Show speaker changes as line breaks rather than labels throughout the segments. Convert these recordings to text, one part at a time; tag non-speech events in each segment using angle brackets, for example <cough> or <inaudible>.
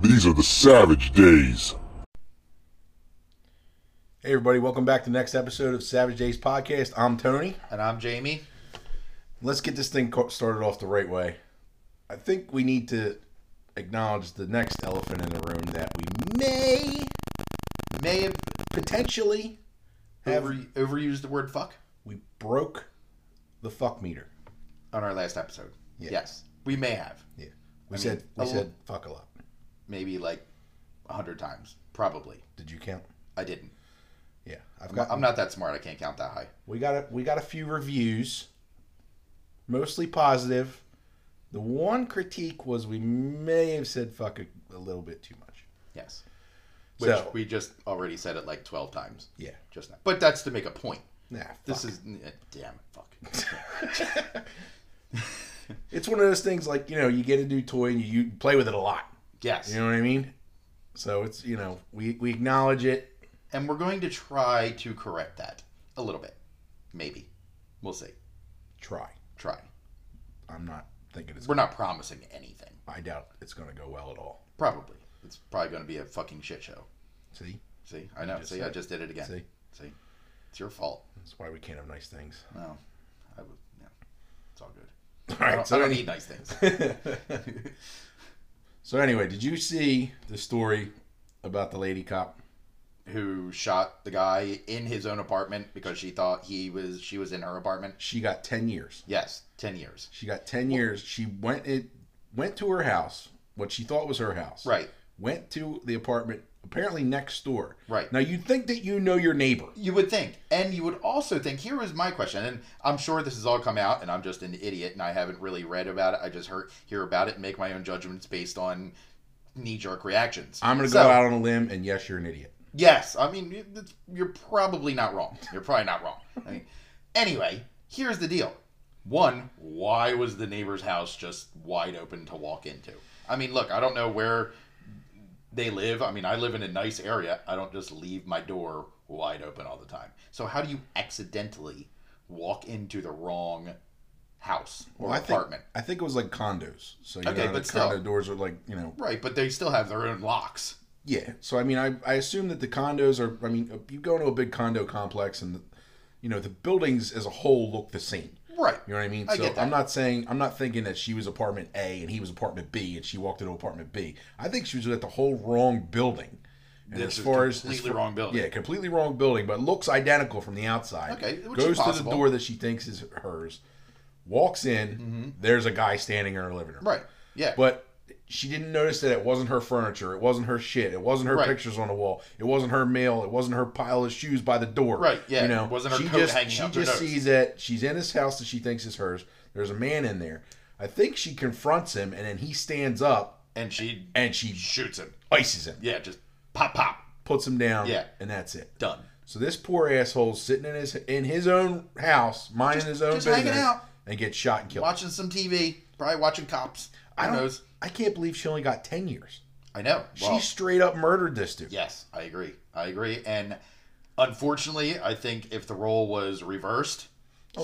These are the savage days.
Hey everybody, welcome back to the next episode of Savage Days Podcast. I'm Tony.
And I'm Jamie.
Let's get this thing co- started off the right way. I think we need to acknowledge the next elephant in the room that we may
May have
potentially have
over, overused the word fuck
we broke the fuck meter.
on our last episode.
Yeah.
Yes. We may have.
Yeah.
I
We
mean,
said we
a lo-
said fuck a lot.
Maybe like a hundred times. Probably.
Did you count?
I didn't.
Yeah. I've
I'm,
got
I'm not that smart. I can't count that high.
we got a we got a few reviews. Mostly positive. The one critique was we may have said fuck a, a little bit too much.
Yes. Which
So-
we just already said it like 12 times
Yeah.
just now. But that's to make a point.
Nah.
This
fuck.
is. eh, Damn, fuck.
<laughs> it's one of those things like you know you get a new toy and you, you play with it a lot
Yes.
you know what i mean so it's you know we, we acknowledge it
And we're going to try to correct that a little bit. Maybe. We'll see.
try
Try.
i'm not thinking it's
We're not promising anything.
i doubt it's going to go well at all
Probably. It's probably going to be a fucking shit show.
see
See, I know.
just
See,
said
I
it.
just did it again.
See?
See, it's your fault.
that's why we can't have nice things <laughs>
No, I would. Yeah, it's all
all
good. I
right
don't,
so,
I don't
any-
need nice things.
<laughs> so anyway did you see the story about the lady cop
Who shot the guy in his own apartment because she thought he was she was in her apartment?
she got 10 years
Yes, ten years.
she got 10 years she went it went to her house what she thought was her house
Right.
went to the apartment apparently next door
Right.
now you'd think that you know your neighbor
You would think, and you would also think. Here was my question, and I'm sure this has all come out, and I'm just an idiot, and I haven't really read about it. I just heard hear about it and make my own judgments based on knee jerk reactions.
I'm gonna
So-
go out on a limb, and yes, you're an idiot.
Yes, I mean you- that's- you're probably not wrong. You're probably not wrong. I mean, anyway, here's the deal. One, why was the neighbor's house just wide open to walk into? I mean, look, I don't know where they live. I mean, I live in a nice area. I don't just leave my door wide open all the time. So how do you accidentally walk into the wrong house or
I think
apartment?
I think it was like condos. So you
Okay,
know, how
but
the
still.
condo doors are like you know,
Right, but they still have their own locks.
yeah. So I mean, I I assume that the condos are. I mean, you go into a big condo complex, and the, you know the buildings as a whole look the same.
Right.
You know what I mean?
I
so
get that.
I'm not saying I'm not thinking that she was apartment A and he was apartment B and she walked into apartment B. I think she was at the whole wrong building. And
This
as
is
far as
completely
as far-
wrong building.
yeah, completely wrong building, but looks identical from the outside.
Okay, which is
goes to the
possible.
door that she thinks is hers, walks in. There's a guy standing in her living room.
Mm-hmm. Right. Yeah.
but she didn't notice that it wasn't her furniture, it wasn't her shit, it wasn't her
Right.
pictures on the wall, it wasn't her mail, it wasn't her pile of shoes by the door.
Right, yeah,
you know,
it wasn't her
she
coat
just
hanging
she
up, who
just
knows?
sees that she's in this house that she thinks is hers. There's a man in there. I think she confronts him, and then he stands up
and she
and she
shoots him.
ices him,
Yeah, just pop, pop,
puts him down,
Yeah.
and that's it.
done.
So this poor asshole's sitting in his in his own house, minding his own
just hanging
business,
out.
and gets shot and killed.
Watching some TV, probably watching cops. Who
I don't.
knows?
I can't believe she only got ten years.
I know.
she
Well,
straight up murdered this dude.
yes, I agree. I agree. And unfortunately, I think if the role was reversed,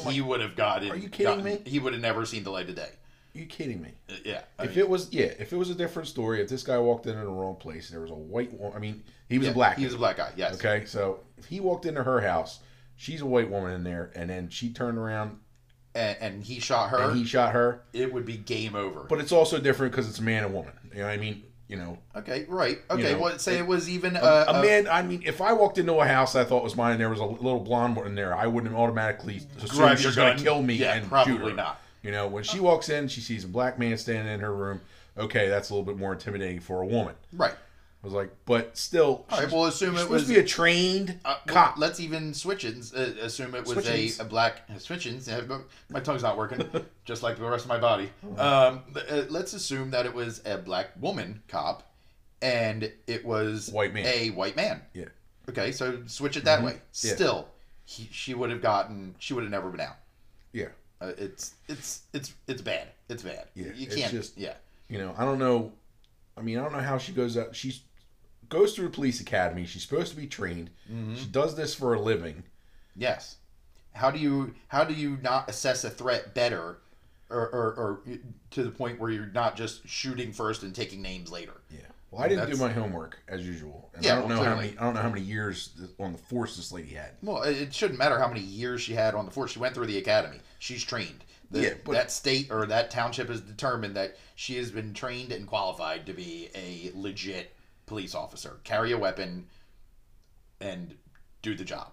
he would have gotten.
Oh Are you kidding
gotten- He would have never seen the light of day.
Are you kidding me?
Uh, Yeah. I
If
mean,
it was, yeah, if it was a different story, if this guy walked in in the wrong place, there was a white woman. I mean, he was
yeah,
a black.
He was a
man,
black guy. Yes.
Okay, so if he walked into her house. She's a white woman in there, and then she turned around
And, and he shot her.
and he shot her.
it would be game over.
But it's also different because it's a man and woman. You know, what I mean, you know,
okay. Right. Okay.
know,
well, say it, was even uh, a,
a man. I mean, if I walked into a house I thought was mine and there was a little blonde one in there, I wouldn't automatically assume
Grab
she's
your
going to
gun.
kill me
Yeah,
and
probably
shoot her.
not.
You know, when she walks in, she sees a black man standing in her room. Okay, that's a little bit more intimidating for a woman.
Right.
I was like, but still,
All right.
she's-
We'll assume
You're
it
supposed
was
to be a trained
Uh,
cop.
Let's even switch it. and, Uh, assume it was a,
Switch-ins.
a black uh, switch-ins. yeah, but My tongue's
<laughs>
not working, just like the rest of my body.
Oh.
Um, th- uh, let's assume that it was a black woman cop, and it was
White man.
A white man.
yeah. Mm-hmm.
Okay, so switch it that way.
Yeah.
Still, he, she would have gotten. She would have never been out.
Yeah.
Uh, it's it's it's it's bad. It's bad.
Yeah,
you
it's
can't.
just-
yeah.
You know, I don't know. I mean, I don't know how she goes out. She goes through the police academy. She's supposed to be trained.
Hmm.
She does this for a living.
Yes. How do you how do you not assess a threat better, or or, or to the point where you're not just shooting first and taking names later?
Yeah. Well, I didn't do
That's-
my homework as usual, and
Yeah,
I don't
well,
know how
clearly.
many I don't know how many years th- on the force this lady had.
Well, it it shouldn't matter how many years she had on the force. She went through the academy. She's trained. The,
Yeah, but-
that state or that township has determined that she has been trained and qualified to be a legit police officer, carry a weapon, and do the job.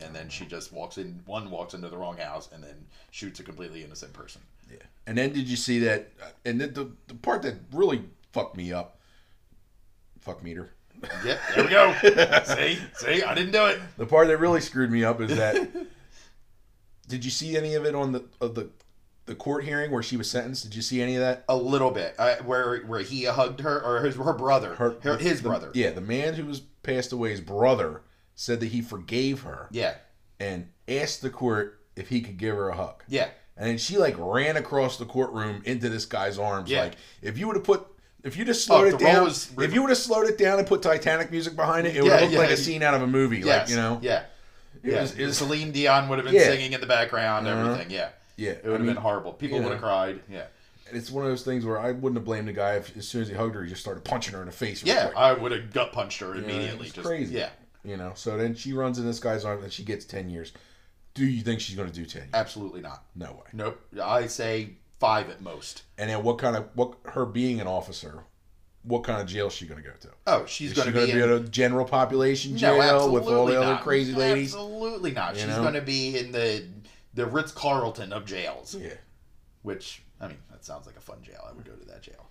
And then she just walks in. One walks into the wrong house and then shoots a completely innocent person.
And then did you see that? uh, And then the the part that really fucked me up, fuck meter.
Yep, there we go. <laughs> see, see, I didn't do it.
The part that really screwed me up is that.
<laughs>
did you see any of it on the of the the court hearing where she was sentenced? Did you see any of that?
A little bit, uh, where where he hugged her or his her brother, her, his
the-
brother.
Yeah, the man who was passed away's brother said that he forgave her
yeah,
and asked the court if he could give her a hug.
yeah.
And then she like ran across the courtroom into this guy's arms.
Yeah.
Like if you would have put if you just slowed
Oh,
it
the
down,
Rose River-
if you would have slowed it down and put Titanic music behind it, it would
Yeah,
have looked
yeah,
like
you-
a scene out of a movie.
Yes,
Like you know,
yeah.
it
yeah.
was, it was
Celine Dion would have been
Yeah.
singing in the background,
Uh-huh.
everything. Yeah,
yeah.
it would
I
have
mean,
been horrible. People
yeah.
would have cried. Yeah,
it's one of those things where I wouldn't have blamed the guy if as soon as he hugged her, he just started punching her in the face. real
yeah.
quick.
I would have gut punched her immediately.
it's
just
crazy.
Yeah,
you know. So then she runs in this guy's arms and she gets ten years. Do you think she's going to do ten? years?
absolutely not.
No way.
Nope. I say five at most.
And then what kind of what her being an officer, what kind of jail is she going to go to?
Oh, she's
Is she
going to
going
be,
to be
in
at a general population
no,
jail with all
absolutely
the other
not.
crazy ladies?
Absolutely not.
You
She's
know?
going to be in the the Ritz Carlton of jails,
Yeah.
which I mean, that sounds like a fun jail. I would go to that jail.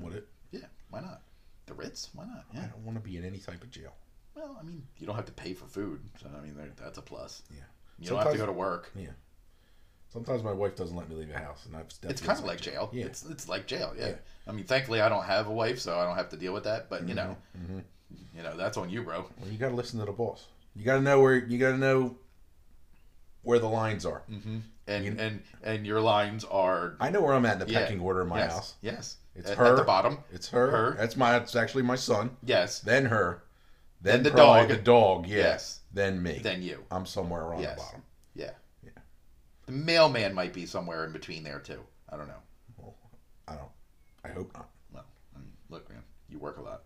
Would it?
Yeah, why not? The Ritz? Why not?
I
Yeah.
don't want to be in any type of jail.
Well, I mean, you don't have to pay for food, so I mean, there- that's a plus.
Yeah.
You don't have to
Sometimes-
go to work.
Yeah. Sometimes my wife doesn't let me leave the house, and I've
It's kind of like jail.
Yeah.
It's it's like jail. Yeah.
Yeah.
I mean, thankfully, I don't have a wife, so I don't have to deal with that. But you know,
Mhm.
you know, that's on you, bro.
Well, you got to listen to the boss. You got to know where you got to know where the lines are.
And
Mm-hmm. You-
and and your lines are
I know where I'm at in the
Yeah.
pecking order in my
yes,
house.
Yes.
It's
at,
her.
at the bottom.
It's her.
Her.
That's my. It's actually my son.
Yes.
Then her. Then,
Then the
probably
dog.
The dog. Yeah.
Yes.
Then me.
Then you.
I'm somewhere on
Yes.
the bottom.
Yeah. Yeah. The mailman might be somewhere in between there too. I don't know.
I don't. I hope not. <laughs>
Well, I mean, look, man, you work a lot.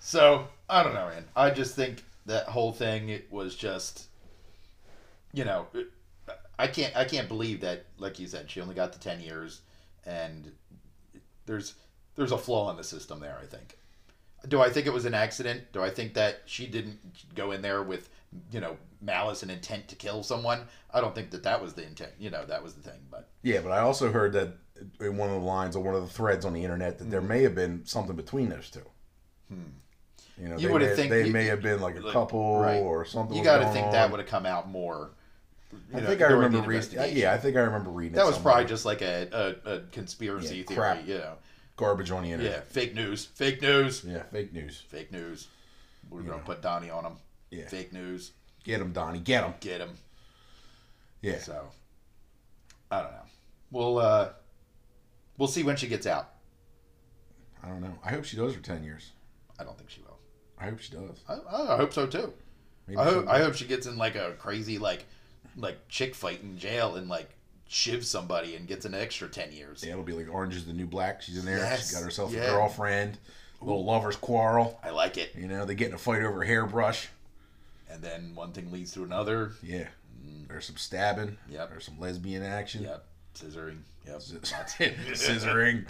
so I don't know, man. I just think that whole thing it was just, you know, it- I can't I can't believe that, like you said, she only got to ten years, and there's there's a flaw in the system there. I think. Do I think it was an accident? Do I think that she didn't go in there with, you know, malice and intent to kill someone? I don't think that that was the intent. You know, that was the thing. But
Yeah, but I also heard that in one of the lines on one of the threads on the internet that there
Hmm.
may have been something between those two. You know,
You
they,
would've
may,
think-
they
you-
may have been like a
like,
couple
right.
or something.
you
was
got to
going
think that
on.
would have come out more.
I
you know,
think I
during
remember
the
reading.
investigation.
Yeah, I think I remember reading.
that
it
was
somewhere.
probably just like a a, a conspiracy
Yeah,
theory.
crap.
You know,
garbage on the
yeah,
internet.
fake news, fake news,
Yeah, fake news.
fake news. We're gonna put Donnie on him.
Yeah.
Fake news,
Get him, Donnie. Get him.
get him.
Yeah,
So I don't know. We'll uh, we'll see when she gets out.
I don't know. I hope she does for ten years.
I don't think she will.
I hope she does.
I, I- I hope so too.
Maybe
I hope
she'll-
I hope she gets in like a crazy like like chick fight in jail and like shivs somebody and gets an extra ten years.
Yeah, it'll be like Orange is the New Black. She's in there.
Yes,
She's got herself
yeah.
a girlfriend. Little lovers quarrel.
I like it.
You know, they get in a fight over a hairbrush.
And then one thing leads to another.
Yeah. There's some stabbing.
Mm. Yep.
There's some lesbian action.
Yep. Scissoring.
<laughs>
Yep. <laughs>
scissoring.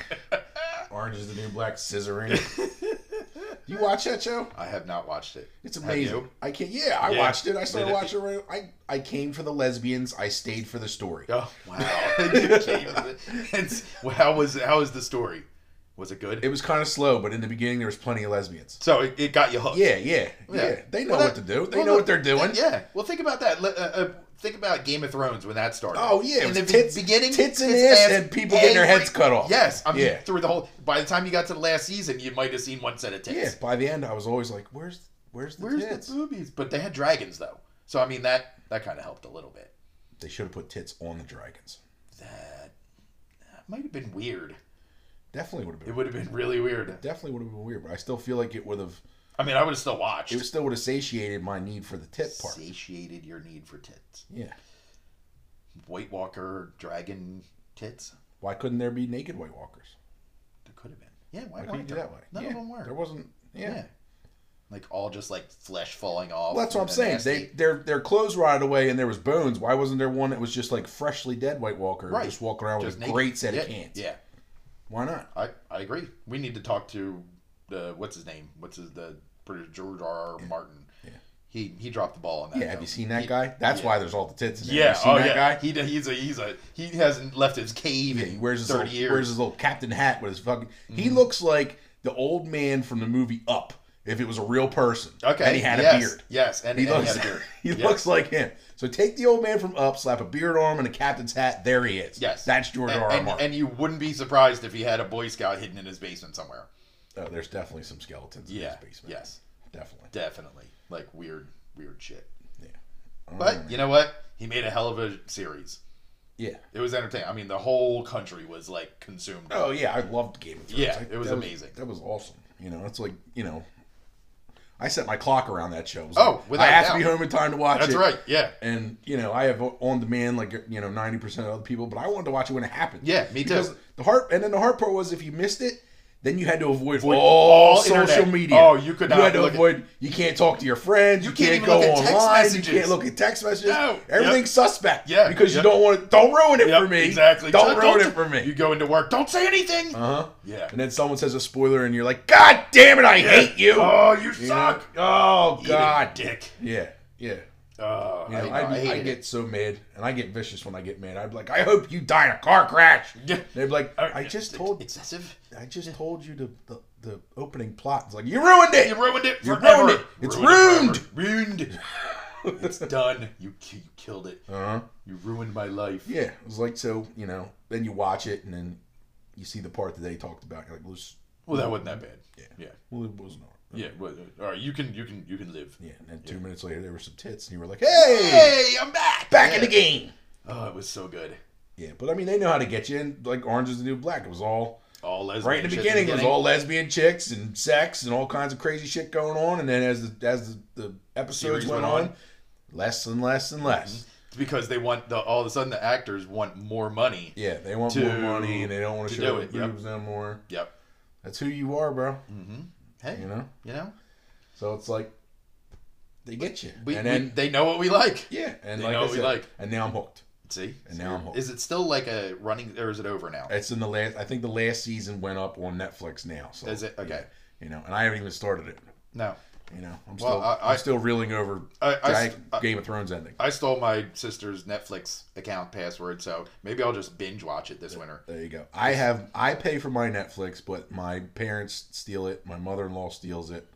Orange is the new black scissoring. you watch that show?
I have not watched it.
It's
Have
amazing.
you?
I can't. Yeah, I
Yeah.
watched it. I started
Did it-
watching. It. I I came for the lesbians. I stayed for the story.
Oh wow! <laughs> You came with it. It's- well, how was how was the story? Was it good?
It was kind of slow, but in the beginning there was plenty of lesbians.
so it, it got you hooked.
Yeah, yeah, yeah.
Yeah.
They know
Well,
what to
that-
do. They
well,
know
look,
what they're doing.
Yeah. Well, think about that. Let- Uh, uh, think about Game of Thrones when that started.
Oh, yeah, it
In
was
the be-
tits-
beginning,
tits and
it's
ass and people getting their heads cut off.
Yes. I mean,
Yeah.
through the whole. By the time you got to the last season, you might have seen one set of tits.
Yeah. By the end, I was always like, "Where's where's the
Where's
tits?"
the boobies? But they had dragons though, so I mean that that kind of helped a little bit.
They should have put tits on the dragons.
That, that might have been weird.
Definitely would have been.
It would have been really weird.
definitely would have been weird, but I still feel like it would have.
I mean, I would have still watched.
It still would have satiated my need for the tit part.
satiated your need for tits.
Yeah.
White Walker dragon tits.
Why couldn't there be naked White Walkers?
There could have been. Yeah, why
Why couldn't you
weren't
do
there?
that way?
None
yeah.
of them were.
There wasn't.
yeah.
Yeah.
Like all just like flesh falling off.
Well, that's what I'm saying.
and
They
nasty.
their their clothes rotted away and there was bones. Why wasn't there one that was just like freshly dead White Walker
Right.
just walking around with
Just
a
naked.
great set
yeah,
of cans?
Yeah,
Why not?
I, I agree. We need to talk to the what's his name? What's his the producer George R. R. Martin.
Yeah.
He he dropped the ball on that.
Yeah, have
though.
you seen that
He-
guy? That's
yeah.
why there's all the tits in there.
Yeah,
you seen
oh
that
yeah.
guy?
He he's a he's a he hasn't left his cave
Yeah,
in
he wears his
thirty
little,
years. Mm-hmm.
wears his little captain hat with his fucking. He looks like the old man from the movie Up if it was a real person.
okay,
and he had
yes,
a beard.
Yes, and
He
and
looks,
he had a beard.
<laughs> he
Yes.
looks like him. So take the old man from Up, slap a beard on him and a captain's hat. There he is.
Yes,
that's George
and,
R. R.
and-
Martin.
and you wouldn't be surprised if he had a Boy Scout hidden in his basement somewhere.
oh, there's definitely some skeletons in
Yeah,
his basement.
yes,
definitely.
definitely. Like weird, weird shit.
Yeah, Um,
But you know what? He made a hell of a series.
yeah.
It was entertaining. I mean, the whole country was like consumed.
Oh yeah, I loved Game of Thrones.
Yeah,
I-
it was
that
amazing.
that was awesome. You know, it's like you know, I set my clock around that show. It was
Oh,
like,
without
I have
doubt.
to be home in time to watch it.
That's right. Yeah.
and you know I have on demand like you know ninety percent of other people, but I wanted to watch it when it happened.
Yeah, me too.
the hard and then the hard part was if you missed it, then you had to avoid all,
all
social
internet.
media.
Oh, you could
You
not
had to
look at-
avoid. you can't talk to your friends. You,
can't
can't,
even
go
look at text
online. You
messages.
can't look at text messages.
No.
everything's suspect.
Yeah,
because
yep.
you don't want to. Don't ruin it
Yep,
for me.
Exactly.
Don't, ruin
don't-
it for me.
You go into work. Don't say anything.
uh huh.
yeah.
And then someone says a spoiler, and you're like, God damn it, I hate you.
Oh, you
You know?
suck.
Oh
Eat it,
God.
dick.
Yeah. Yeah.
Oh,
You know, I,
I, I
I,
hate it.
get so mad, and I get vicious when I get mad. I'd be like, "I hope you die in a car crash."
Yeah.
They'd be like,
Uh,
"I just told,
excessive.
I just told you the, the the opening plot." It's like you ruined it.
You ruined it
You
forever.
ruined it. It's
ruined. it forever. Ruined. it's done. You ki- you killed it.
Uh-huh.
You ruined my life.
Yeah, it was like so. You know, then you watch it, and then you see the part that they talked about. You're like, "Well, this-
Well, that wasn't that bad.
Yeah.
Yeah.
well, it wasn't." all right."
Yeah. Well, uh, all right. You can you can you can live.
Yeah, and then two minutes later, there were some tits, and you were like, "Hey,
Hey, I'm back.
back in
Yeah.
the game."
Oh, it was so good.
Yeah, but I mean, they know how to get you. And like, Orange is the New Black. It was all
All lesbian.
right in the
shit
beginning, it was all lesbian chicks and sex and all kinds of crazy shit going on. And then as the as the, the episodes
Series
went,
went Mm-hmm.
on,
on.
less and less and less.
because they want the all of a sudden the actors want more money.
Yeah, they want
To-
more money and they don't want
to
to
do
show
it,
it,
yep.
boobs no more.
Yep.
That's who you are, bro.
Mm-hmm. Hey,
You know.
you know,
So it's like they get you,
we,
and
we-
then
they know what we like.
yeah, and
they
like
know
I
what we
said,
like.
and now I'm hooked.
See,
And now I'm hooked.
is it still like a running, or is it over now?
It's in the last. I think the last season went up on Netflix now. So
Is it? Okay.
you know, and I haven't even started it.
No,
You know, I'm
Well,
still
I- I-
I'm still reeling over
I- I
Giant
st- I-
Game of Thrones ending.
I stole my sister's Netflix account password, so maybe I'll just binge watch it this winter.
There you go. I have I pay for my Netflix, but my parents steal it. My mother in law steals it.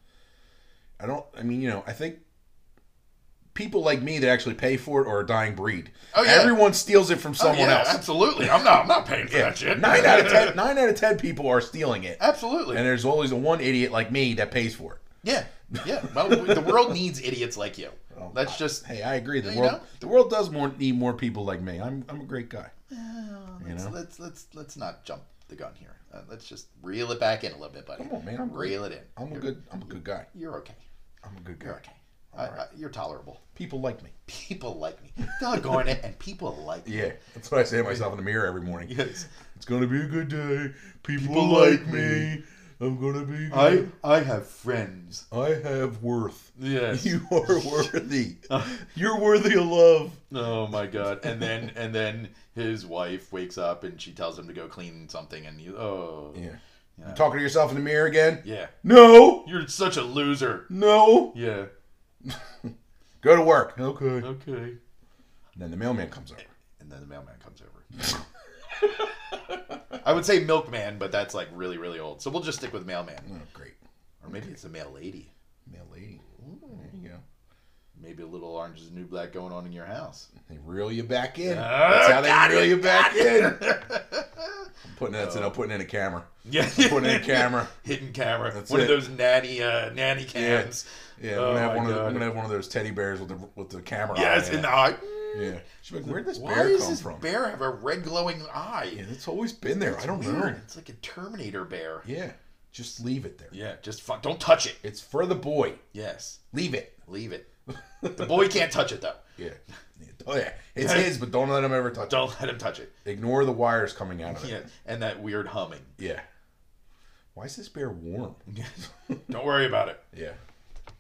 I don't. I mean, you know, I think people like me that actually pay for it are a dying breed.
Oh, yeah. Oh,
Everyone steals it from someone
yeah,
else.
Absolutely, I'm not. I'm not paying for that <laughs> shit.
Nine out of ten. Nine out of ten people are stealing it,
Absolutely.
and there's always the one idiot like me that pays for it.
yeah, yeah. Well, the world needs idiots like <laughs> you. Let's just.
Hey, I agree. The
You
world,
know?
the world does more need more people like me. I'm I'm a great guy.
Well, let's,
know?
let's let's let's not jump the gun here. Uh, let's just reel it back in a little bit, buddy.
Come on, man. I'm great.
reel it in.
I'm a
You're-
good. I'm a good guy.
You're okay.
I'm a good
You're
guy.
okay. I, I, you're tolerable. <laughs>
People like me.
People like me. Doggone it, and people like <laughs> me.
Yeah, that's what I say to myself in the mirror every morning.
Yes.
It's gonna be a good day. People,
People
like
like
me. I'm gonna be.
I
Good.
I have friends.
I have worth.
Yes.
You are worthy. You're worthy of love.
Oh
<laughs>
my god. And then and then his wife wakes up and she tells him to go clean something and you oh
Yeah.
Yeah.
You talking to yourself in the mirror again?
Yeah.
No,
You're such a loser.
no.
Yeah.
Go to work. Okay. And
Okay.
then the mailman comes over.
And then the mailman comes
<laughs>
over. I would say milkman, but that's like really, really old. So we'll just stick with mailman.
Oh, great.
Or maybe it's a mail lady.
Mail lady. There you go.
Maybe a little orange is the new black going on in your house.
They reel you back in. That's how
got
they reel you back <laughs> in. I'm putting that's it. I'm putting in a <laughs> camera.
<laughs> Yeah.
Putting in a camera.
Hidden camera.
That's
one
it.
of those nanny uh, nanny cans.
Yeah,
Oh
I'm gonna
my
have one. Of the,
God.
I'm gonna have one of those teddy bears with the with the camera.
Yes,
eye in
in the
it.
eye.
Oh, yeah. She's like, where did this
Why
bear
does
come
this
from?
bear have a red glowing eye?
Yeah, it's always been there. I don't know.
Weird. It's like a Terminator bear.
Yeah, just leave it there.
Yeah, just fu- don't touch it.
It's for the boy.
Yes,
Leave it. <laughs>
leave it. The boy can't touch it though. <laughs>
Yeah. Oh, yeah. It's his, but don't let him ever touch it.
Don't let him touch it.
Ignore the wires coming out of it.
Yeah, and that
<laughs>
weird humming.
Yeah. Why is this bear warm?
Don't worry about it.
Yeah.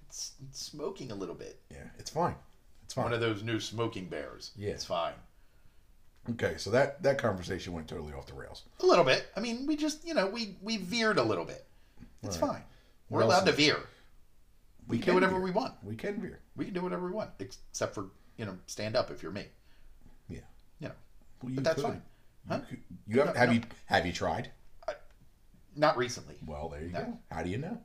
It's, it's smoking a little bit.
Yeah. It's fine. It's fine.
One of those new smoking bears.
Yeah.
it's fine.
Okay, so that that conversation went totally off the rails.
A little bit. I mean, we just you know we we veered a little bit. It's
All right.
fine. We're
What else
allowed to
is-
veer. We, can do whatever we want.
We can veer.
We can do whatever we want, except for you know stand up if you're me.
Yeah.
You know,
Well, you
but that's
could.
fine. Huh?
You, could- you have
No,
have
no.
you have you tried?
Not recently.
Well, there you
No.
go. How do you know?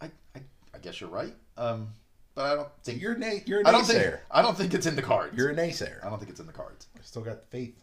I, I I guess you're right. Um, but I don't think
You're a na- you're a
I don't think
naysayer.
I don't think it's in the cards.
You're a naysayer.
I don't think it's in the cards.
I still got faith.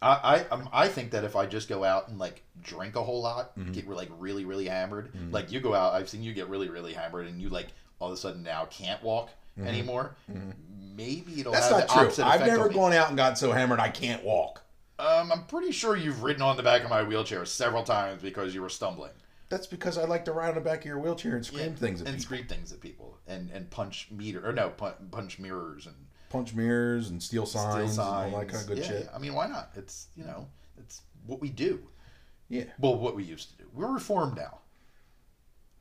I I, um, I think that if I just go out and like drink a whole lot,
Mm-hmm.
get like really really hammered, like you go out, I've seen you get really really hammered, and you like all of a sudden now can't walk anymore. Maybe
Mm-hmm.
it'll
That's
have
not
the
true.
opposite
I've
effect on
never
me.
gone out and got so hammered I can't walk.
Um, I'm pretty sure you've ridden on the back of my wheelchair several times because you were stumbling
That's because I like to ride on the back of your wheelchair and scream
Yeah,
things at
and
people,
scream things at people and and punch meter or no punch, punch mirrors and
punch mirrors and steal
steel
signs, and all that
signs.
kind of good
yeah,
shit.
I mean, why not? It's you know, it's what we do.
Yeah.
Well, what we used to do. We're reformed now.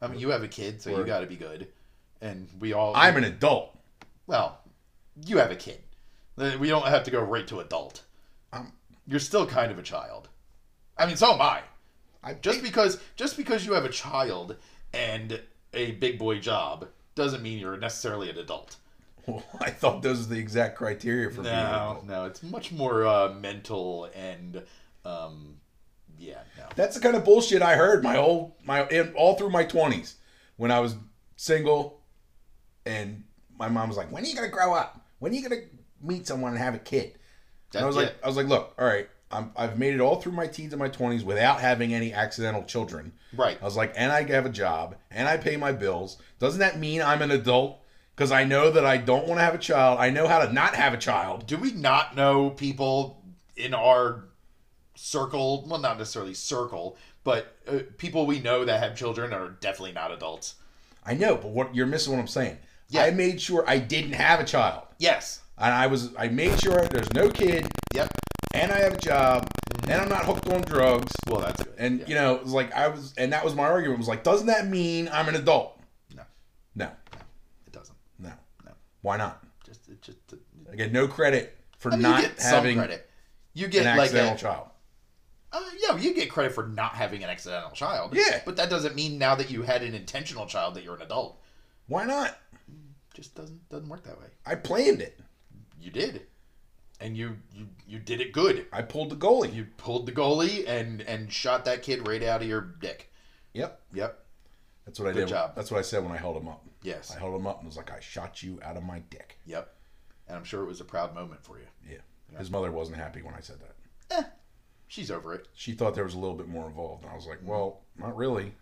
I mean, you have a kid, so you
We're-
got to be good, and we all.
I'm an adult. <laughs>
well. You have a kid. Uh, We don't have to go right to adult.
I'm-
You're still kind of a child. I mean, so am I.
I
Just because just because you have a child and a big boy job doesn't mean you're necessarily an adult.
I thought those were the exact criteria for being an
No,
adult.
no, it's much more uh, mental and um, yeah, no.
That's the kind of bullshit I heard my whole my in, all through my twenties when I was single, and my mom was like, "When are you gonna grow up? When are you gonna meet someone and have a kid?" And I was
That-
like, "I was like, look, all right, I'm, I've made it all through my teens and my twenties without having any accidental children.
Right.
I was like, and I have a job, and I pay my bills. Doesn't that mean I'm an adult? Because I know that I don't want to have a child. I know how to not have a child.
do we not know people in our circle? Well, not necessarily circle, but uh, people we know that have children are definitely not adults.
I know, but what you're missing what I'm saying.
Yeah.
I made sure I didn't have a child."
Yes.
and I was I made sure there's no kid,
Yep.
and I have a job, and I'm not hooked on drugs,
Well, that's good.
and
Yeah.
you know, it was like I was, and that was my argument. It was like, doesn't that mean I'm an adult?
No.
no,
it doesn't.
no.
No.
Why not?
Just it just.
I get no credit for
I mean,
not
you get
having
some credit. You
an
get like
accidental
a,
child.
uh, yeah, you get credit for not having an accidental child.
Yeah.
but that doesn't mean now that you had an intentional child that you're an adult.
Why not?
Just doesn't doesn't work that way.
I planned it.
You did, and you you, you did it good.
I pulled the goalie.
You pulled the goalie and and shot that kid right out of your dick.
Yep,
Yep.
that's what I
Good
did.
job.
That's what I said when I held him up.
Yes.
I held him up and was like, I shot you out of my dick.
Yep. And I'm sure it was a proud moment for you.
Yeah. His mother wasn't happy when I said that.
She's over it.
She thought there was a little bit more involved, and I was like, well, not really.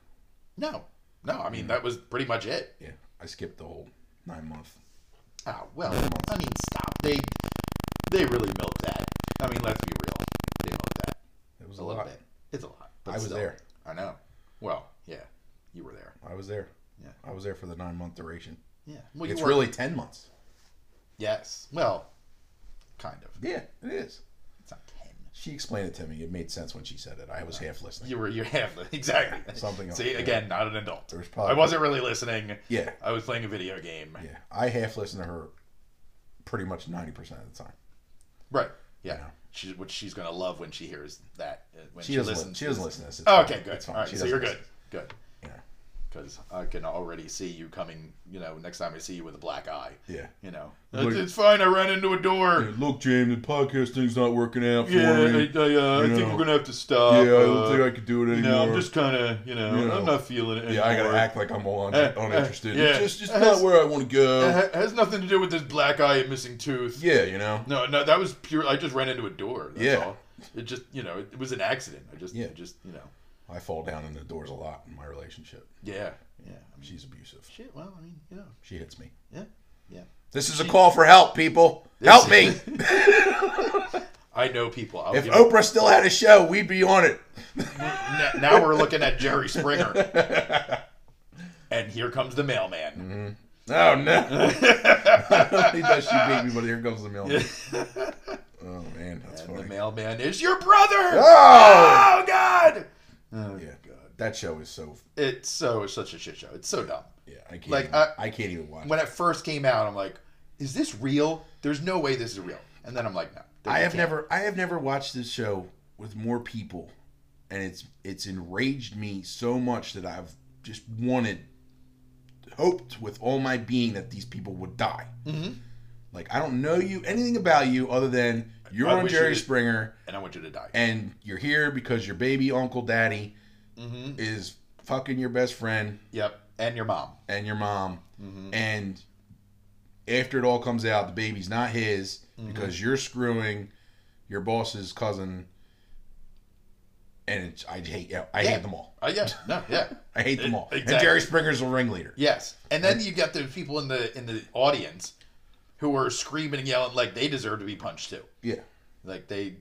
No. No, I mean that was pretty much it.
Yeah, I skipped the whole nine month.
Ah, well, I mean, stop. They they really milked that. I mean, let's be real. They milked that
It was
a little bit. It's a lot. But
I was
still.
there.
I know. Well, yeah, you were there.
I was there.
Yeah.
I was there for the nine month duration.
Yeah. Well, you
it's
were.
really ten months.
yes. Well, kind of.
Yeah, it is.
It's not ten.
She explained it to me. It made sense when she said it. I was half listening.
You <laughs> were you have exactly
Something Uh,
See
else,
again, not an adult.
There was probably-
I wasn't really listening.
Yeah.
I was playing a video game.
Yeah, I half listened to her pretty much ninety percent of the time.
Right. Yeah.
Yeah.
She's which she's gonna love when she hears that. uh, When
She, doesn't.
listens.
Listen, she doesn't listen to this. It's
Oh,
fine.
okay, good.
It's
All
fine.
right,
She
so you're
doesn't
good. Good.
listen.
Because I can already see you coming. You know, next time I see you with a black eye.
Yeah. Yeah.
You know,
Look-
it's, it's fine. I ran into a door.
Look, James, the podcast thing's not working out for
Yeah, I, I,
me.
uh, I
You
think
know.
we're gonna have to stop.
yeah, I don't
uh,
think I could do it
you
anymore.
know, I'm just kind of, you know,
You know.
I'm not feeling it anymore.
yeah, I gotta act like I'm all un-
Uh, uh,
uninterested.
yeah. Uh-huh.
It's just, it's
Uh,
not where I want to
It
go.
ha- has nothing to do with this black eye and missing tooth.
Yeah, you know.
No, no, that was pure. I just ran into a door. That's
Yeah.
all. It just, you know, it, it was an accident. I just,
Yeah.
it just, you know,
I fall down into doors a lot in my relationship.
yeah, yeah. I mean,
She's abusive.
shit. Well, I mean, you know,
She hits me.
yeah, yeah.
This is a call for help, people. Help me.
<laughs> I know people. I'll
If Oh.
give you-
Oprah still had a show, we'd be on it.
N-
<laughs>
now we're looking at Jerry Springer, and here comes the mailman.
Oh no! <laughs>
<laughs>
he does. She beat me, but here comes the mailman. Oh man, that's
and the
funny.
mailman is your brother.
Oh!
Oh, God. Oh,
Yeah, that show is so.
It's so it's such a shit show. It's so dumb.
Yeah, I can't.
Like,
even,
I-
I can't even watch.
When it first came out, I'm like, is this real? There's no way this is real. And then I'm like, no.
I have
can't.
never I have never watched this show with more people and it's it's enraged me so much that I've just wanted hoped with all my being that these people would die.
Mhm.
Like I don't know you anything about you other than you're
I
on
wish
Jerry
you-
Springer
And I want you to die.
and you're here because your baby uncle daddy
hmm
is fucking your best friend
Yep. And your mom.
and your mom
hmm
and after it all comes out the baby's not his
Mhm.
because you're screwing your boss's cousin and it's, i hate yeah, i
Yeah.
hate them all
Oh yeah. No.
<laughs>
Yeah.
i hate them all and
Exactly.
jerry springer's the ringleader
Yes, and then you got the people in the in the audience who were screaming and yelling like they deserve to be punched too.
yeah
Like they,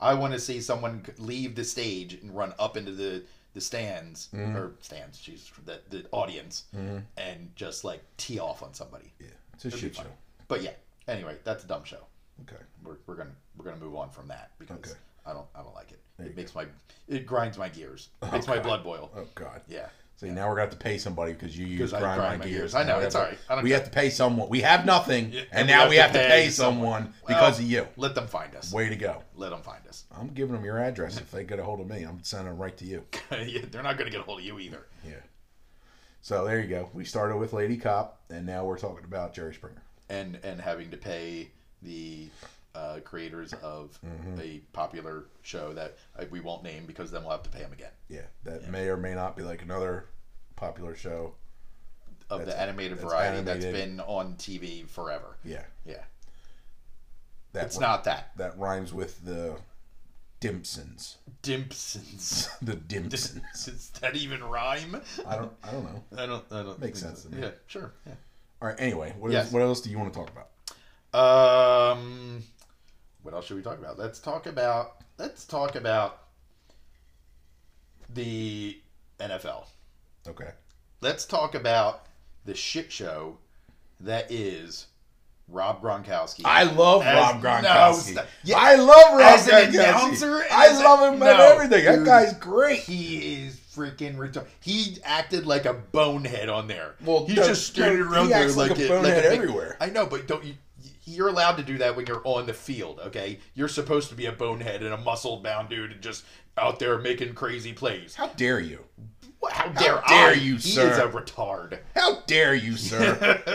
I want to see someone leave the stage and run up into the the stands
Mhm.
or stands, Jesus, that the audience,
Mhm.
and just like tee off on somebody.
yeah it's a
It'd be
shit show
fun. But yeah, anyway, that's a dumb show.
okay
We're, we're gonna we're gonna move on from that because
Okay.
I don't I don't like it.
There you
it makes my it grinds my gears. It makes my
God.
blood boil.
oh god
Yeah.
so now we're gonna have to pay somebody because you used
Because I
grind, my, gears.
I know,
Now we
it's
have
all
to-
right. I don't
we
care.
have to pay someone we have nothing
Yeah,
and, now we have to pay someone, because
Well,
of you
Let them find us.
way to go
Let them find us.
i'm giving them your address if they get a hold of me i'm sending them right to you
<laughs> yeah, they're not going to get a hold of you either.
Yeah. So there you go. We started with Lady Cop, and now we're talking about Jerry Springer.
And and having to pay the uh, creators of
Mm-hmm.
a popular show that uh, we won't name because then we'll have to pay them again
Yeah, that may or may not be like another popular show.
of
That's-
the animated
that's
variety that's
animated.
been on TV forever.
Yeah,
Yeah,
that
it's
ri-
not that
that rhymes with the Dimpsons.
Dimpsons.
<laughs>
<laughs>
The Dimpsons.
Does that even rhyme?
I don't. I don't know.
I don't. I don't.
Makes
think
sense
so.
to me.
Yeah, sure. Yeah.
All right. Anyway, what
Yes.
else, what else do you want to talk about?
Um, what else should we talk about? Let's talk about let's talk about the NFL.
Okay.
Let's talk about the shit show that is Rob Gronkowski.
I love
As-
Rob
no,
Gronkowski.
stop. Yeah.
I love Rob
As
Gronkowski.
an announcer, as
I
a-
love him and
no,
everything. That
dude.
guy's great.
he is freaking retarded. He acted like a bonehead on there.
Well,
he
no,
just standing
no,
around
he
there
acts
like,
like a
it-
bonehead
big-
everywhere.
I know, but don't you? You're allowed to do that when you're on the field, okay? You're supposed to be a bonehead and a muscle-bound dude and just out there making crazy plays.
How dare you?
Wha- How dare,
dare
I?
you,
he
sir.
is a retard.
How dare you, sir?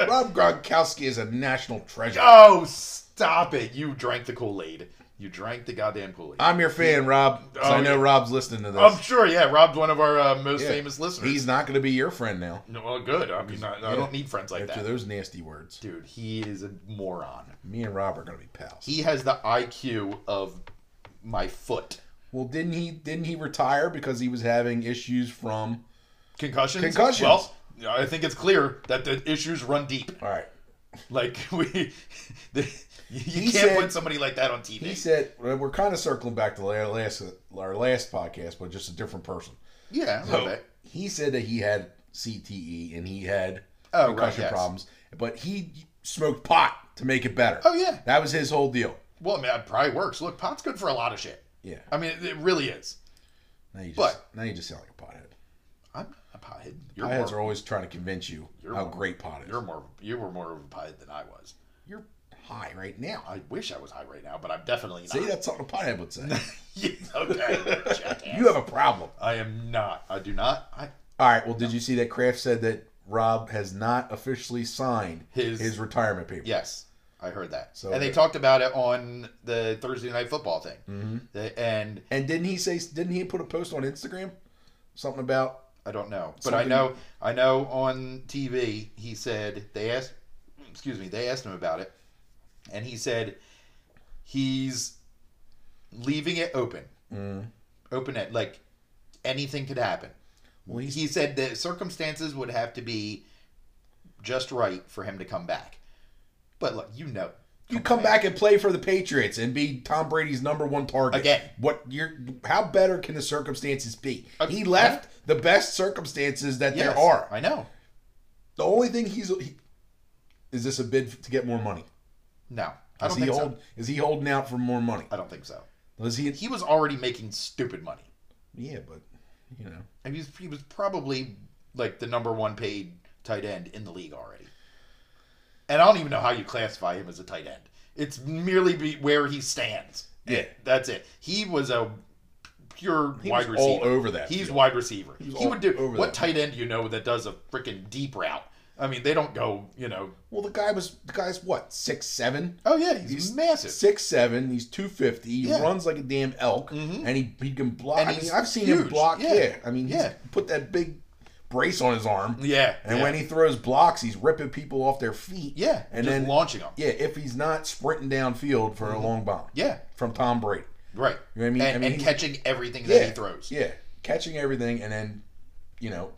<laughs>
Rob Gronkowski is a national treasure.
Oh, stop it! You drank the Kool-Aid. You drank the goddamn Kool-Aid.
I'm your fan, Rob. 'cause I
Oh,
know
yeah.
Rob's listening to this.
I'm sure, yeah. Rob's one of our uh, most
Yeah.
famous listeners.
He's not going to be your friend now.
No, well, good. I mean, I, I
Yeah.
don't need friends like
After
that.
those nasty words,
Dude, he is a moron.
me and Rob are going to be pals.
He has the IQ of my foot.
well, didn't he? Didn't he retire because he was having issues from?
Concussions?
Concussions.
Well, I think it's clear that the issues run deep. <laughs>
All right.
Like, we. The, you can't
said-
put somebody like that on TV.
He said well, we're kind of circling back to our last our last podcast, but just a different person.
yeah, a little bit.
He said that he had CTE and he had
Oh, right,
concussion
yes.
problems, but he smoked pot to make it better.
Oh, yeah.
That was his whole deal.
Well, I mean, that probably works. Look, pot's good for a lot of shit.
Yeah.
I mean, it, it really is.
Now you just
But-
now you just sound like a pothead.
I'm a pothead. You're
Potheads
more,
are always trying to convince you
You're
how
more-
great pot is.
you're
You're,
more, you were more of a pothead than I was.
high right now.
I wish I was high right now, but I'm definitely not.
See,
<laughs>
that's something a pothead would say.
Yeah,
<laughs>
okay. jackass.
you have a problem.
I am not. I do not. I
All right. Well, did you see that Kraft said that Rob has not officially signed his,
His-
retirement paper?
yes, I heard that.
So
and they
good.
talked about it on the Thursday night football thing.
hmm
They- and
And didn't he say? Didn't he put a post on Instagram? Something about
I don't know, but I
Something-
know I know on TV he said they asked, excuse me, they asked him about it, and he said he's leaving it open,
Mm.
open it like anything could happen.
well, he's,
He said the circumstances would have to be just right for him to come back. But look, you know,
you come back and play for the Patriots and be Tom Brady's number one target
Again.
What you're? How better can the circumstances be?
Uh,
he left the best circumstances that
Yes,
there are.
I know.
The only thing he's he, Is this a bid to get more money?
No, I
Is
don't
he
think
hold,
so.
Is he holding out for more money?
I don't think so.
Is he?
He was already making stupid money.
Yeah, but you know,
I mean, he was- he was probably like the number one paid tight end in the league already. And I don't even know how you classify him as a tight end. It's merely be where he stands.
yeah.
That's it. He was a pure
He
wide
was
receiver.
all over that
He's
field.
wide receiver. He,
was all
would do
over
what
that
tight end you know that does a freaking deep route. I mean, they don't go. You know.
Well, the guy was the guy's what six seven.
Oh yeah, he's,
He's
massive.
Six seven, he's two fifty. He
Yeah. Mm-hmm.
runs like a damn elk, and he, he can block.
And
I mean,
he's
I've seen him
huge.
block.
Yeah.
Yeah, I mean, he's
Yeah.
put that big brace on his arm,
Yeah.
and
yeah.
when he throws blocks, he's ripping people off their feet.
yeah,
and
just
then
launching him.
yeah, if he's not sprinting downfield for a long bomb,
Yeah.
from Tom Brady.
Right.
You know what I mean?
And,
I mean,
and
he's-
catching everything that he throws.
Yeah, catching everything and then, you know,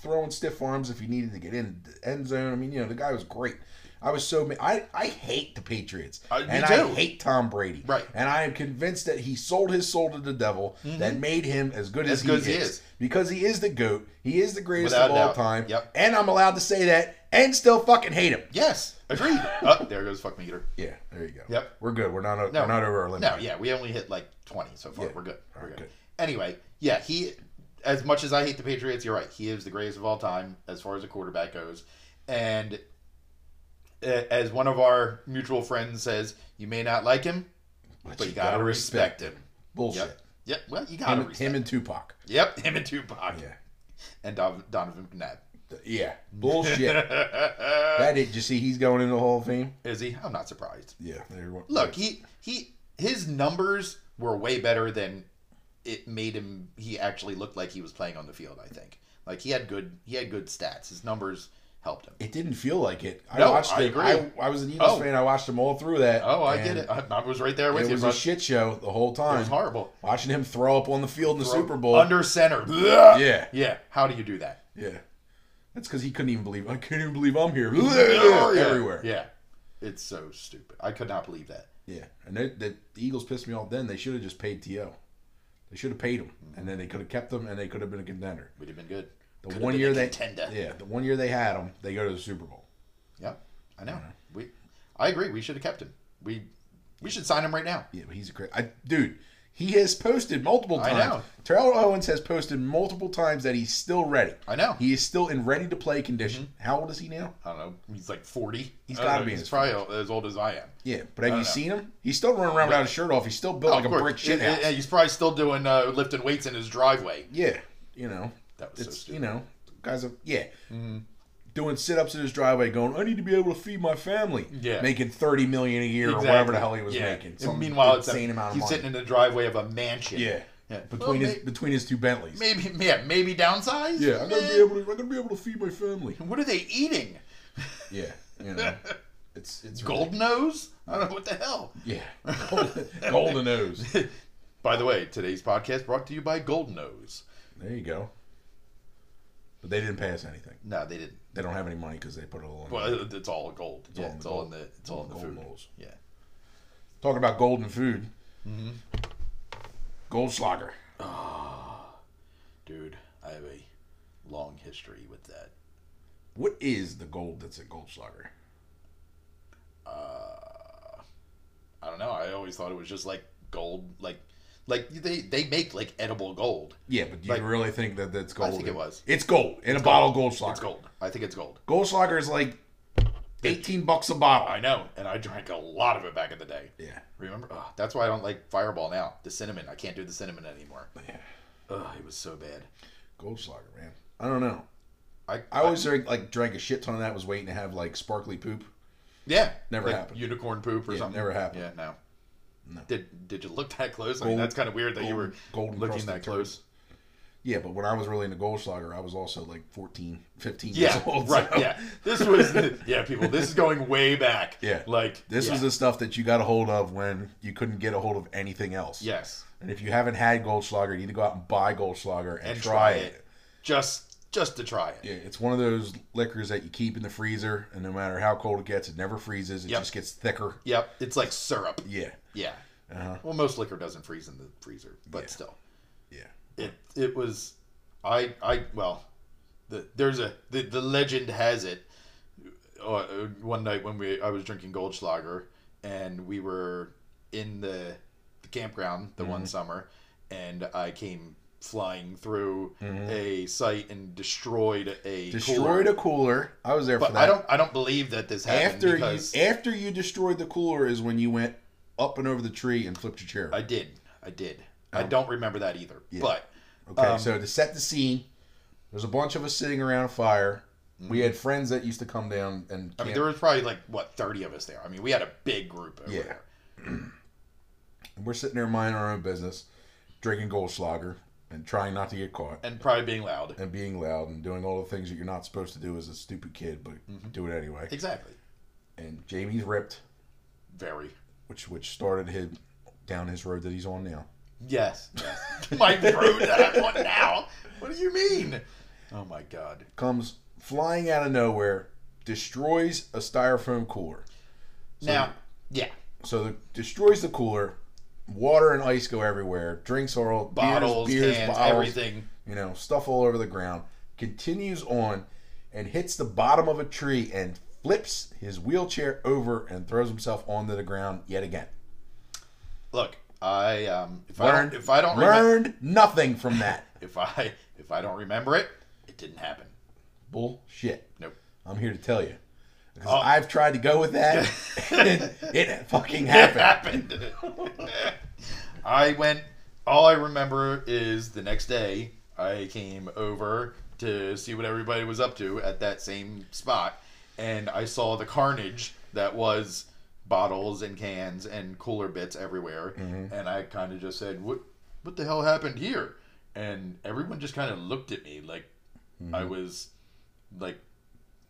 throwing stiff arms if he needed to get in the end zone. I mean, you know, the guy was great. I was so ma- I I hate the Patriots
Uh, me
and
too.
I hate Tom Brady.
Right. Mm-hmm.
and I am convinced that he sold his soul to the devil that made him as good as,
As good
he,
as he
is.
is.
because he is the goat. He is the greatest
Without
of
a
all
doubt.
time.
Yep.
and I'm allowed to say that and still fucking hate him.
Yes.
<laughs>
Agreed. oh, there goes fuck meter.
Yeah, there you go.
Yep.
we're good. We're not o-
No.
we're not over our limit.
No, yeah, we only hit like 20 so far.
Yeah.
We're good. We're
Alright,
good.
good.
Anyway, yeah, he, as much as I hate the Patriots, you're right. He is the greatest of all time as far as a quarterback goes. And a- as one of our mutual friends says, you may not like him, but, you gotta, respect, him.
Bullshit.
Yep. Yep. Well, you gotta
Him,
respect
him and Tupac.
Yep. Him and Tupac.
Yeah.
And Don, Donovan McNabb.
Yeah, bullshit.
<laughs>
that did you see? He's going in the Hall of Fame.
Is he? I'm not surprised.
Yeah, everyone.
look he he his numbers were way better than it made him he actually looked like he was playing on the field i think like he had good he had good stats his numbers helped him
it didn't feel like it. I
No,
watched
I
it.
agree.
I, I was an Eagles
Oh.
fan. I watched them all through that.
oh i get
and
it i, I was right there with
It
you
was
bro.
a shit show the whole
it
time.
was horrible
Watching him throw up on the field in the Super Bowl.
under center
Yeah.
yeah how do you do that
yeah, that's because he couldn't even believe. I can't even believe I'm here.
<laughs> yeah.
Everywhere.
yeah it's so stupid i could not believe that
Yeah, and they, they, the Eagles pissed me off. Then they should have just paid To. They should have paid him, and then they could have kept him, and they could have been a contender.
we'd have been good
The
Could've
one
been
year
a
they
contender.
yeah, the one year they had him, they go to the Super Bowl.
yep i know we i agree we should have kept him we we should sign him right now
Yeah, but he's a cra I, dude. He has posted multiple
I
times.
know.
Terrell Owens has posted multiple times that he's still ready.
I know. Mm-hmm.
He is still in ready to play condition. How old is he now?
I don't know. He's like 40.
He's
I don't
gotta
know,
be in
Oh, He's
his
probably as old as I am.
Yeah, but have you
know.
seen him? He's still running around without his shirt off. He's still built like
Oh, Of
a
course.
brick shit
And-
house.
and he's probably still doing uh, lifting weights in his driveway.
yeah, you know.
That was so
it's,
stupid. Mm-hmm.
You know, guys are yeah. Doing sit ups in his driveway, going, "I need to be able to feed my family."
Yeah.
making thirty million a year
Exactly.
or whatever the hell he was
Yeah.
making.
And
Some
meanwhile, it's
insane
a,
amount of
he's
money.
sitting in the driveway of a mansion.
yeah,
Yeah.
between
Well,
his
may-
between his two Bentleys.
Maybe, yeah, maybe downsize.
Yeah, I'm gonna
Eh.
be able to. I'm gonna be able to feed my family.
What are they eating?
Yeah, you know,
<laughs>
it's it's
Gold nose? I don't know what the hell.
Yeah, golden, golden nose.
By the way, today's podcast brought to you by Gold Nose.
There you go. But they didn't pay us anything.
No, they didn't.
They don't have any money because they put it all. In
Well, it- it's all gold. It's
all
yeah,
in
it's
the
all
gold-
in the it's all in the
gold
food.
nose.
Yeah.
Talking about golden food.
Mm-hmm.
Goldschlager.
Dude, I have a long history with that.
What is the gold that's at Goldschlager?
I don't know. I always thought it was just like gold, like like they they make like edible gold.
Yeah, but do you
Like-
really think that that's gold?
think it was.
It's gold in a bottle. Of Goldschlager.
It's gold. I think it's gold.
Goldschlager is like eighteen bucks a bottle.
I know, and I drank a lot of it back in the day.
yeah.
Remember? Ugh, that's why I don't like Fireball now. The cinnamon. I can't do the cinnamon anymore.
Yeah.
Ugh, it was so bad.
Goldschlager, man. I don't know.
I,
I always drank, like drank a shit ton of that. Was waiting to have like sparkly poop.
yeah
Never
like
happened.
Unicorn poop or
Yeah,
something
never happened.
Yeah, no.
No.
Did did you look that close? I mean,
Gold-
that's kind of weird that you were
gold- golden
looking
crusted <laughs>
that close.
Yeah, but when I was really into Goldschlager, I was also like 14, 15
Yeah,
years old.
right.
so-
Yeah, this was
<laughs>
yeah, people. This is going way back.
Yeah.
like
This
yeah.
was the stuff that you got a hold of when you couldn't get a hold of anything else.
yes.
And if you haven't had Goldschlager, you need to go out and buy Goldschlager and,
and
try, it.
Just just to try it.
Yeah, it's one of those liquors that you keep in the freezer, and no matter how cold it gets, it never freezes. It
Yep.
just gets thicker.
Yep, it's like syrup.
Yeah.
Yeah.
Uh-huh.
Well, most liquor doesn't freeze in the freezer, but
Yeah.
still,
Yeah.
it it was. I I well, the, there's a the, the legend has it uh, one night when we I was drinking Goldschlager and we were in the, the campground the
Mm-hmm.
one summer and I came flying through a site and destroyed a
Mm-hmm. Mm. Destroyed
cooler.
a cooler. I was there for
but
that.
I don't I don't believe that this happened
after
because
you after you destroyed the cooler is when you went up and over the tree and flipped your chair.
I did I did I
Oh.
don't remember that either but
Okay,
um,
so to set the scene, there's a bunch of us sitting around a fire. We had friends that used to come down and
I mean
camp.
there was probably like what thirty of us there I mean we had a big group over
Yeah.
there
we're sitting there minding our own business, drinking Goldschlager and trying not to get caught
and probably being loud
and being loud and doing all the things that you're not supposed to do as a stupid kid, but
Mm-hmm.
do it anyway.
exactly
And Jamie's ripped,
very
which which started him down his road that he's on now.
Yes.
<laughs>
<laughs> my road that I'm on now. What do you mean? Oh my god.
Comes flying out of nowhere, destroys a styrofoam cooler.
now, yeah,
So the, destroys the cooler. Water and ice go everywhere. Drinks are all
bottles,
beers, beers
cans,
bottles,
everything.
You know, stuff all over the ground. Continues on and hits the bottom of a tree and flips his wheelchair over and throws himself onto the ground yet again.
Look, I um, if I
Learned,
don't, if I don't remember,
learned nothing from that. <laughs>
if I if I don't remember it, it didn't happen.
Bullshit.
Nope.
I'm here to tell you. 'Cause
Oh.
I've tried to go with
<laughs>
that. and it fucking
It
happened.
<laughs> happened. I went. All I remember is the next day I came over to see what everybody was up to at that same spot, and I saw the carnage that was bottles and cans and cooler bits everywhere, and I kind of just said, "What? What the hell happened here?" And everyone just kind of looked at me like I was like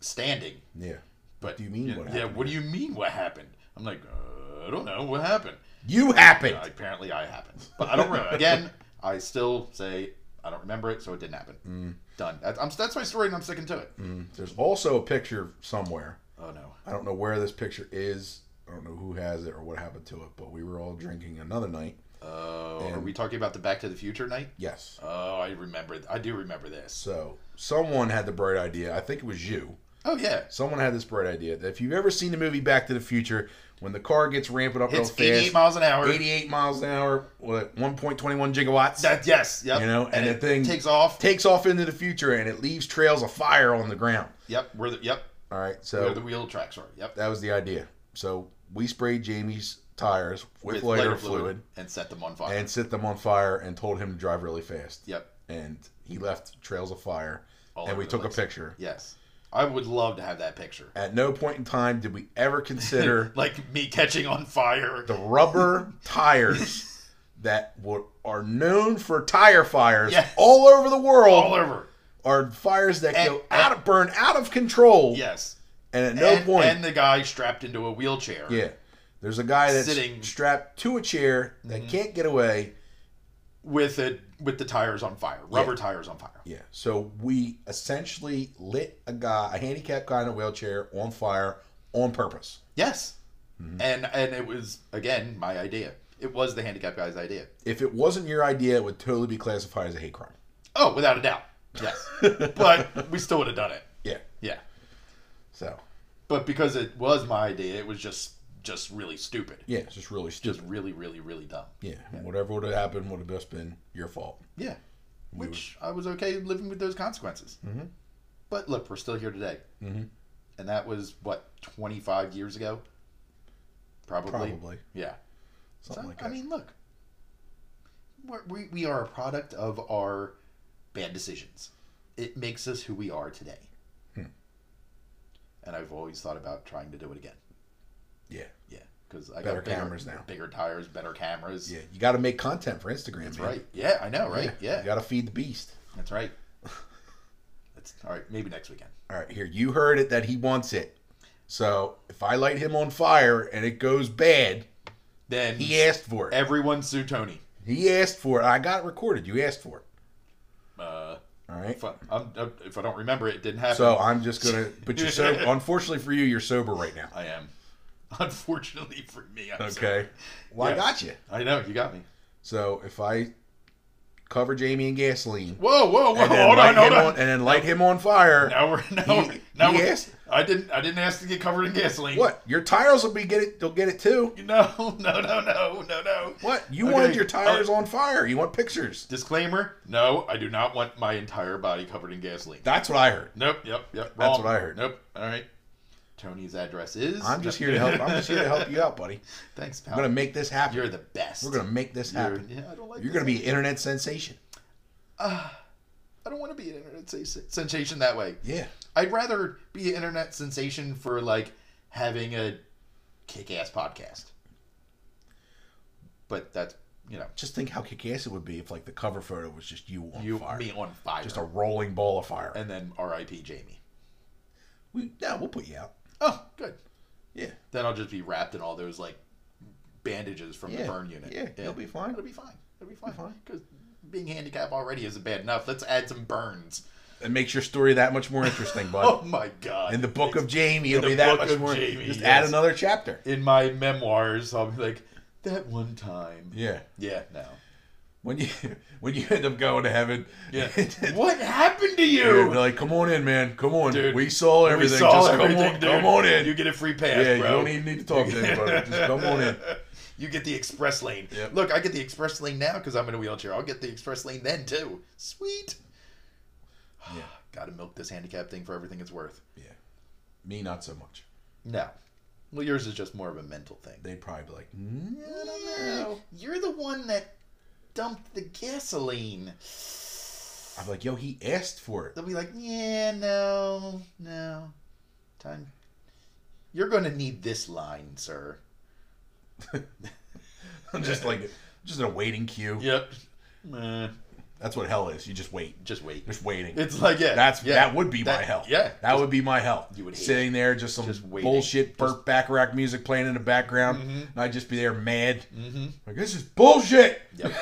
standing
Yeah.
but
do you mean
Yeah,
what
Yeah,
happened?
what do you mean? What happened? I'm like, uh, I don't know. What happened?
You happened.
Uh, apparently, I happened, but I
<laughs>
don't remember. Again, I still say I don't remember it, so it didn't happen.
Mm.
Done. That, I'm, that's my story, and I'm sticking to it.
There's also a picture somewhere.
Oh no.
I don't know where this picture is. I don't know who has it or what happened to it, but we were all drinking another night.
Oh, are
And-
we talking about the Back to the Future night?
Yes.
Oh, I remember. th- I do remember this.
So someone had the bright idea. I think it was you.
Oh yeah.
Someone had this bright idea that if you've ever seen the movie Back to the Future, when the car gets ramping up
It's
real
88
fast,
miles an hour.
88 miles an hour, what, 1.21 gigawatts,
That yes, yep.
You know, and the
it
thing-
takes off.
takes off into the future and it leaves trails of fire on the ground.
Yep, where the yep
All right.
where
So
the wheel tracks are. Yep.
that was the idea. So we sprayed Jamie's tires with, lighter, fluid
and set them on fire.
and set them on fire and told him to drive really fast.
yep.
and he left trails of fire
All
and
over
we
the
took
place.
a picture
Yes. I would love to have that picture.
at no point in time did we ever consider
<laughs> like me catching on fire.
the rubber tires
<laughs>
that were, are known for tire fires
Yes.
all over the world
all over.
are fires that
And-
go out of burn out of control
Yes.
and at no
and,
point
And the guy strapped into a wheelchair.
yeah there's a guy that's
Sitting- Mm-hmm.
strapped to a chair that can't get away
With it with the tires on fire. Rubber tires on fire.
yeah so we essentially lit a guy a handicapped guy in a wheelchair on fire on purpose
Yes.
Mm-hmm.
And and it was again my idea. It was the handicapped guy's idea.
if it wasn't your idea, it would totally be classified as a hate crime.
Oh, without a doubt. Yes.
<laughs>
but we still would have done it.
Yeah.
Yeah.
So
But because it was my idea, it was just just really stupid.
yeah, it's just really stupid.
Just really, really, really dumb.
yeah. Whatever would have happened would have just been your fault.
Yeah. Which I was okay living with those consequences. Mm-hmm. But look, we're still here today. Mm-hmm. And that was, what, 25 years ago? Probably.
Probably.
Yeah.
Something
so,
like that.
I mean, look, we're, we, we are a product of our bad decisions. It makes us who we are today.
Hmm.
And I've always thought about trying to do it again.
yeah.
Yeah. Because I
Better
got bigger,
cameras now.
Bigger tires, better cameras.
Yeah. You gotta make content for Instagram,
That's
man.
right. Yeah, I know, right?
You
Yeah.
gotta feed the beast.
That's right. That's all right. Maybe next weekend.
All right, here, you heard it that he wants it. So if I light him on fire and it goes bad,
Then
he asked for it.
everyone sue Tony.
He asked for it. I got it recorded. You asked for it.
Uh,
All right.
if, I, I'm, uh, if I don't remember, it didn't happen.
So I'm just
<laughs>
gonna but you're so unfortunately for you, you're sober right now.
I am. <laughs> Unfortunately for me, I'm
Okay. Well, I
Yes.
got you.
sorry. I know you got me.
So if I cover Jamie in gasoline,
Whoa, whoa, whoa!
and then,
Hold
light
on, hold
him
on.
on- and then light him on fire.
Now we're <laughs> now,
He-
we're- now
he
we're-
asked-
I didn't I didn't ask to get covered in gasoline.
What? Your tires will be get it. They'll get it too.
<laughs> No, no, no, no, no, no.
What? You
Okay,
wanted your tires
uh,
on fire. You want pictures.
Disclaimer: No, I do not want my entire body covered in gasoline.
That's what I heard.
Nope, yep, yep.
That's
wrong.
what I heard.
Nope. All right. Tony's address is.
I'm just here to help.
<laughs>
I'm just here to help you out, buddy.
Thanks, pal.
I'm gonna make this happen.
You're the best.
We're gonna make this
You're,
happen.
yeah, I don't like.
You're
this.
gonna be an internet sensation.
I don't want to be an internet sen- sensation that way.
Yeah.
I'd rather be an internet sensation for like having a kick-ass podcast. But that's you know
Just think how kick-ass it would be if like the cover photo was just you on
you
fire,
me on fire,
just a rolling ball of fire.
and then R.I.P. Jamie.
we, no, we'll put you out.
Oh, good.
Yeah.
Then I'll just be wrapped in all those like bandages from
Yeah,
the burn unit.
yeah, you'll be fine.
It'll be fine. It'll be fine.
fine.
Because being handicapped already isn't bad enough. Let's add some burns.
It makes your story that much more interesting, bud.
<laughs> Oh my god!
In the book of Jamie, it'll
the
be that
book
much
of
more.
Jamie,
just
yes.
add another chapter.
in my memoirs, I'll be like that one time.
Yeah.
Yeah. No.
When you <laughs> when you end up going to heaven, <laughs>
Yeah.
dude,
<laughs> what happened to
they're
you?
like, come on in, man. Come on.
Dude,
we saw
We
everything.
saw
just
everything,
come on,
dude.
come on in.
You get a free pass,
yeah, you
bro.
don't even need to talk to anybody. just
<laughs>
come on in.
You get the express lane.
Yep.
Look, I get the express lane now because I'm in a wheelchair. I'll get the express lane then too. Sweet.
Yeah.
Gotta milk this handicap thing for everything it's worth.
Yeah. Me, not so much.
No. Well, yours is just more of a mental thing.
They'd probably be like, "Mm, I don't know."
No, You're the one that dumped the gasoline.
I'm like, yo, he asked for it. <laughs>
They'll be like, yeah, no, no. Time. You're going to need this line, sir.
I'm just like, just in a waiting queue.
Yep. Eh,
That's what hell is. You just wait.
just wait.
Just waiting.
It's like, yeah.
That's
yeah,
that would be
that-
my hell.
Yeah.
that would be my hell.
You would hate
sitting there, just some
Just waiting.
bullshit burp back rack music playing in the background,
Mhm.
and I'd just be there mad,
Mm-hmm.
like this is bullshit.
Yep.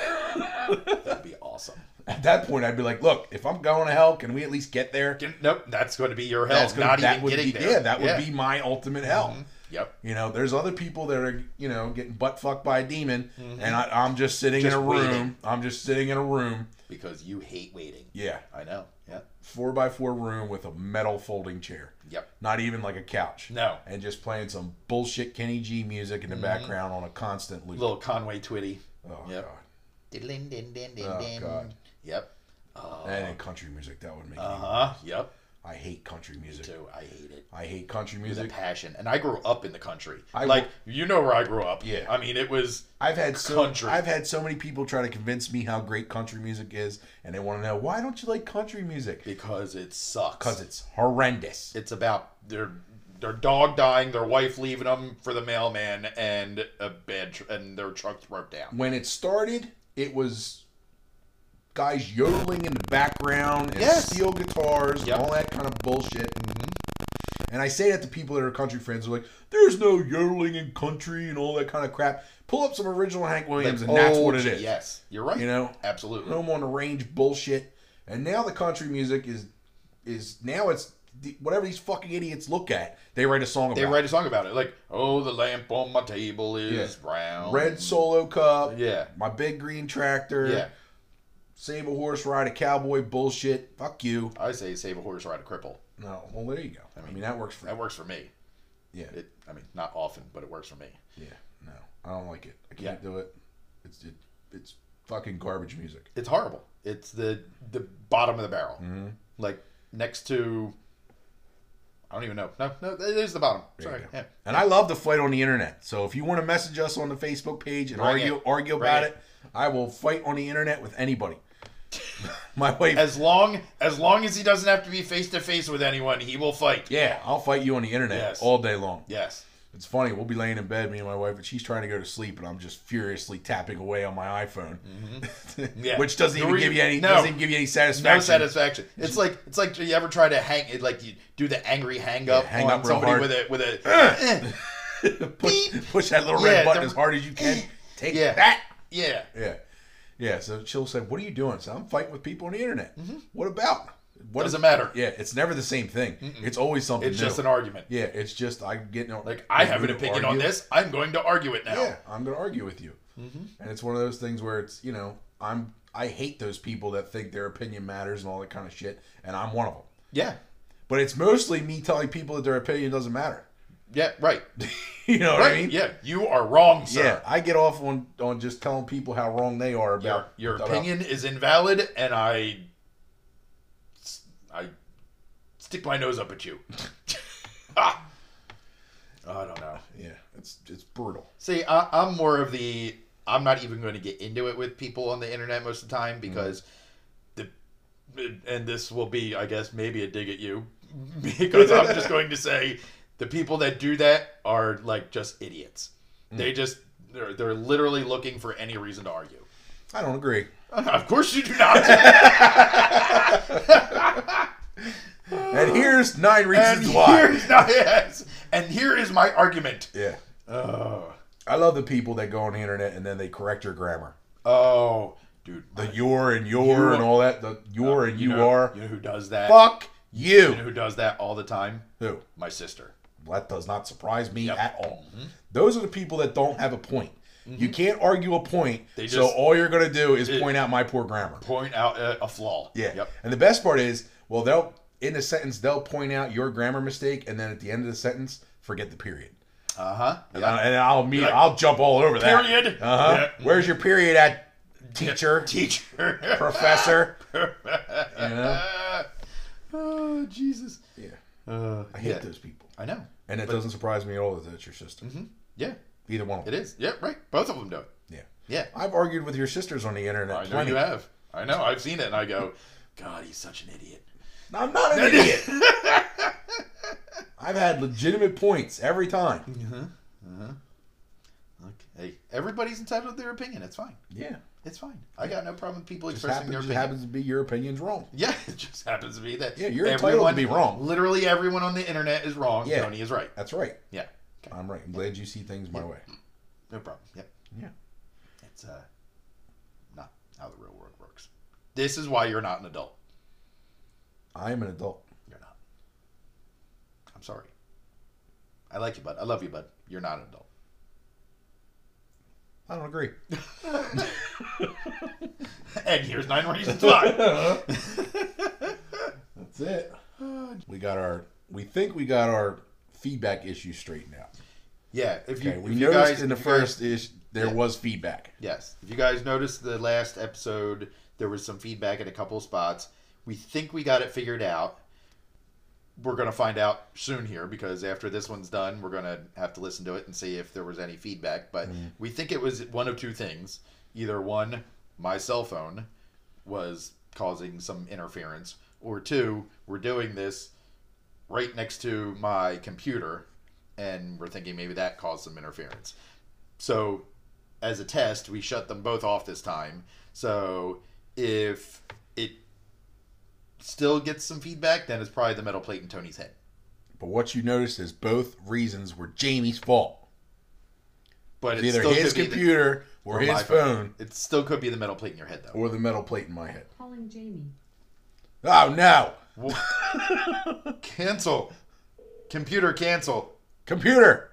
That'd be awesome.
At that point, I'd be like, look, if I'm going to hell, can we at least get there?
Can- Nope, that's going to be your hell.
That's gonna-
Not
that
even
would
getting
be,
there.
Yeah, that would be my ultimate hell.
Mhm. Yep.
You know, there's other people that are, you know, getting butt fucked by a demon, and I, I'm just sitting
Mm-hmm. Just
in a room.
waiting.
I'm just sitting in a room.
Because you hate waiting.
Yeah,
I know. Yeah.
four by four room with a metal folding chair,
Yep.
not even like a couch.
No.
and just playing some bullshit Kenny G music in the background on a constant loop.
Mm-hmm. Little Conway Twitty.
oh
Yep.
god,
Diddling, din, din, din,
Oh,
din.
God.
Yep. Uh
and then country music that would make me.
huh. Yep.
I hate country music.
So I hate it.
I hate country
It's a
music.
passion. And I grew up in the country.
I
like, you know where I grew up.
Yeah.
I mean, it was.
I've had so
Country.
I've had so many people try to convince me how great country music is, and they want to know why don't you like country music?
Because it sucks.
Because it's horrendous.
it's about their their dog dying, their wife leaving them for the mailman, and a bed tr- and their truck broke down.
when it started, it was guys yodeling in the background and
Yes.
steel guitars
Yep. Mm-hmm.
and all that kind of bullshit. And I say that to people that are country friends. They're like, there's no yodeling in country and all that kind of crap. Pull up some original Hank Williams and that's what it
Oh,
is.
Yes, you're right.
You know? Oh,
absolutely.
Home on the range bullshit. And now the country music is, is now it's the, whatever these fucking idiots look at, they write a song about
They write a song about it, like "Oh, the lamp on my table is brown."
Red Solo Cup,
Yeah,
My Big Green Tractor,
yeah.
Save a Horse, Ride a Cowboy bullshit. Fuck you.
I say save a horse, ride a cripple.
No, well there you go. I mean, that works for
That works for me.
yeah,
It, I mean, not often, but it works for me.
yeah. No, I don't like it. I can't
Yeah.
do it. It's it, it's fucking garbage music.
It's horrible. It's the the bottom of the barrel,
Mm-hmm.
like next to. I don't even know. No, no, it is the bottom.
There
Sorry.
you go.
Yeah.
And I love the fight on the internet. So if you want to message us on the Facebook page and
Bring
argue
it.
argue
Bring
about
it.
it. I will fight on the internet with anybody. <laughs> My wife.
As long as long as he doesn't have to be face to face with anyone, he will fight.
yeah, I'll fight you on the internet
Yes.
all day long.
Yes.
It's funny. We'll be laying in bed, me and my wife, and she's trying to go to sleep, and I'm just furiously tapping away on my iPhone, <laughs>
Mm-hmm. Yeah.
which doesn't even
You're-
give you any
no.
doesn't even give you any satisfaction.
No satisfaction. It's like it's like you ever try to hang it like you do the angry hang up
Yeah, hang
on
up real
somebody
hard.
with a
<clears throat>
with a eh,
push,
Beep.
push that little red
Yeah,
button
the-
as hard as you can. Take
Yeah.
that.
yeah.
Yeah. Yeah. So she'll say, What are you doing? So I'm fighting with people on the internet. What about? What
Mm-hmm. Doesn't matter.
Yeah. It's never the same thing. It's always something
It's
new.
just an argument.
yeah. It's just, I'm getting on.
Like I have an
to
opinion on
argue.
this. I'm going to argue it now. Mm-hmm.
Yeah. I'm going to argue with you. And it's one of those things where it's, you know, I'm, I hate those people that think their opinion matters and all that kind of shit, and I'm one of them.
Yeah.
But it's mostly me telling people that their opinion doesn't matter. <laughs>
Yeah. Right.
You know what
right.
I mean?
Yeah. You are wrong, sir.
Yeah, I get off on on just telling people how wrong they are
Your,
about
your
about-
opinion is invalid, and I, I stick my nose up at you. ah. I don't know.
Yeah, it's it's brutal.
See, I, I'm more of the I'm not even going to get into it with people on the internet most of the time because the and this will be, I guess, maybe a dig at you <laughs> because I'm just going to say the people that do that are like just idiots. They just they're they're literally looking for any reason to argue. <laughs>
I don't agree.
Of course you do not.
And here's nine
and <laughs>
reasons why.
here's no, yes. And here is my argument.
Yeah,
Oh,
I love the people that go on the internet and then they correct your grammar.
oh, dude.
The your and your
You-
and all that. The your and you,
know,
are.
You know who does that?
Fuck
You know
you.
who does that all the time?
Who?
My sister.
Well, that does not surprise me at all.
Mm-hmm.
Those are the people that don't have a point. You can't argue a point,
They
so
just-
all you're gonna do is point out my poor grammar.
Point out uh, a, a flaw.
Yeah.
Yep.
And the best part is, well, they'll in a sentence they'll point out your grammar mistake, and then at the end of the sentence, forget the period.
Uh huh.
And, I, and I'll mean I'll jump all over that.
Period.
Uh huh.
Yeah.
Where's your period at, teacher,
<laughs> Teacher.
<laughs>
<laughs>
professor? you know?
oh Jesus.
Yeah.
Uh,
I hate those people,
I know.
and it doesn't surprise me at all that that's your sister.
Yeah.
Either one. Of
Mm-hmm. It
them.
is. Yeah. Right. Both of them do it.
Yeah.
Yeah.
I've argued with your sisters on the internet.
I know
plenty.
you have. I know. I've seen it, and I go, God, he's such an idiot.
I'm not an idiot.
<laughs>
I've had legitimate points every time.
Look, hey, everybody's entitled to their opinion. It's fine.
Yeah.
It's fine. I got no problem with people
Just happens,
expressing their
just
opinion.
happens to be your opinion's wrong.
<laughs> Yeah, it just happens to be that.
Yeah, you're entitled to be wrong.
Literally everyone on the internet is wrong.
Yeah.
Tony is right.
That's right.
Yeah. Okay.
I'm right. I'm glad you see things my way.
No problem. Yep.
Yeah.
It's uh, not how the real world works. This is why you're not an adult.
I am an adult.
You're not. I'm sorry. I like you, bud. I love you, bud. You're not an adult. <laughs>
I don't agree.
And here's nine
<laughs>
reasons why. <laughs>
That's it. We got our. We think we got our feedback issue straightened out.
yeah. If you,
Okay. We
if you
noticed
guys
in the
if you guys-
first ish there
Yeah.
was feedback.
Yes. If you guys noticed the last episode, there was some feedback at a couple of spots. We think we got it figured out. We're going to find out soon here because after this one's done, we're going to have to listen to it and see if there was any feedback. But we think it was one of two things. Either one, my cell phone was causing some interference, or two, we're doing this right next to my computer and we're thinking maybe that caused some interference. So as a test, we shut them both off this time. So if it still gets some feedback, then it's probably the metal plate in Tony's head.
But what you noticed is both reasons were Jamie's fault.
But
It's
it
either
still
his
could be the-
computer or,
or
his
my
phone
It still could be the metal plate in your head, though.
or the metal plate in my head.
Calling Jamie.
Oh no!
Cancel. Computer cancel.
Computer,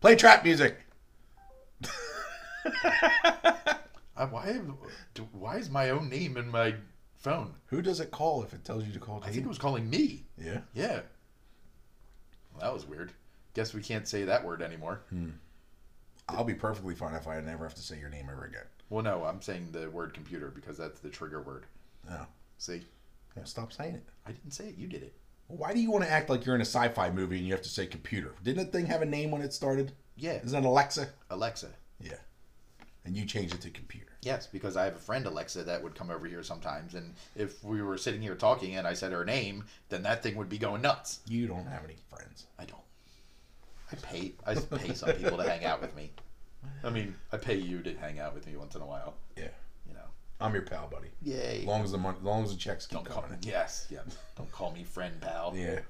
play trap music.
I, why? do- Why is my own name in my phone?
Who does it call if it tells you to call
I think it
Jamie?
was calling me.
Yeah.
Yeah. Well, that was weird. Guess we can't say that word anymore.
I'll be perfectly fine if I never have to say your name ever again.
Well, no, I'm saying the word computer because that's the trigger word.
No.
See,
Yeah, stop saying it.
I didn't say it. You did it.
Why do you want to act like you're in a sci-fi movie and you have to say computer? Didn't the thing have a name when it started?
Yeah,
Is that Alexa?
Alexa.
Yeah. And you changed it to computer.
Yes, because I have a friend Alexa that would come over here sometimes, and if we were sitting here talking and I said her name, then that thing would be going nuts.
You don't have any friends.
I don't. I pay. I pay some people to hang out with me. I mean, I pay you to hang out with me once in a while.
Yeah.
You know.
I'm your pal, buddy.
Yay.
As long as the money, as long as the checks keep
don't call me.
coming.
Yes. Yeah. Don't call me friend, pal.
in. Yeah.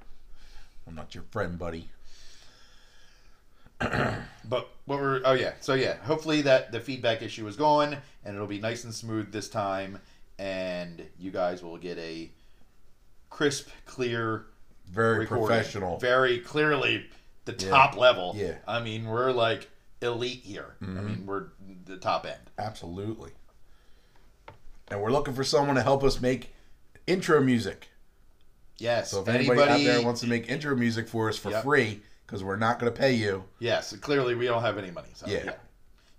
I'm not your friend, buddy.
But what we're oh yeah so yeah hopefully that the feedback issue is gone and it'll be nice and smooth this time and you guys will get a crisp clear
Very
recording.
professional.
very clearly the top level
Yeah. Mm-hmm.
I mean we're like elite here I mean we're the top end
Absolutely. and we're looking for someone to help us make intro music.
Yes.
So if
anybody,
anybody, out there wants to make intro music for us for
Yep.
free, because we're not going to pay you.
yes, clearly we don't have any money. So,
Yeah.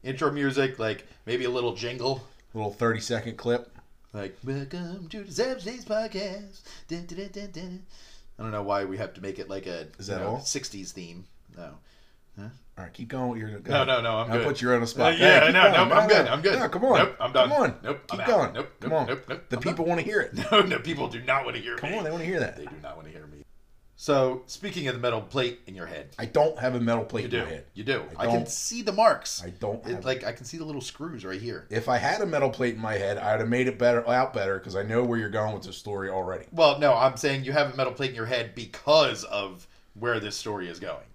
Intro music, like maybe a little jingle,
Little thirty second clip.
like "Welcome to the Zeb Days Podcast." Dun, dun, dun, dun, dun. I don't know why we have to make it like a
Is
you
that
know,
all?
'60s theme. No.
All right, keep going. with your
No, no, no, I'm
I'll
good.
put you on the spot.
Uh, yeah,
keep
no,
going.
no, I'm good, I'm good.
No, come on.
Nope, I'm done.
Come on.
Nope, I'm
keep
out.
going.
Nope,
come
nope,
on.
nope, nope,
The
I'm
people want to hear it.
<laughs> No, no, people do not want to hear
Come
me.
on, they want to hear that.
They do not want to hear me. So, speaking of the metal plate in your head,
I don't have a metal plate
you
in
do,
my head.
you do.
I
I, can
don't-
see the marks.
I don't
It-
have.
like I can see the little screws right here.
if I had a metal plate in my head, I would have made it better out better because I know where you're going with the story already.
Well, no, I'm saying you have a metal plate in your head because of where this story is going. <sighs>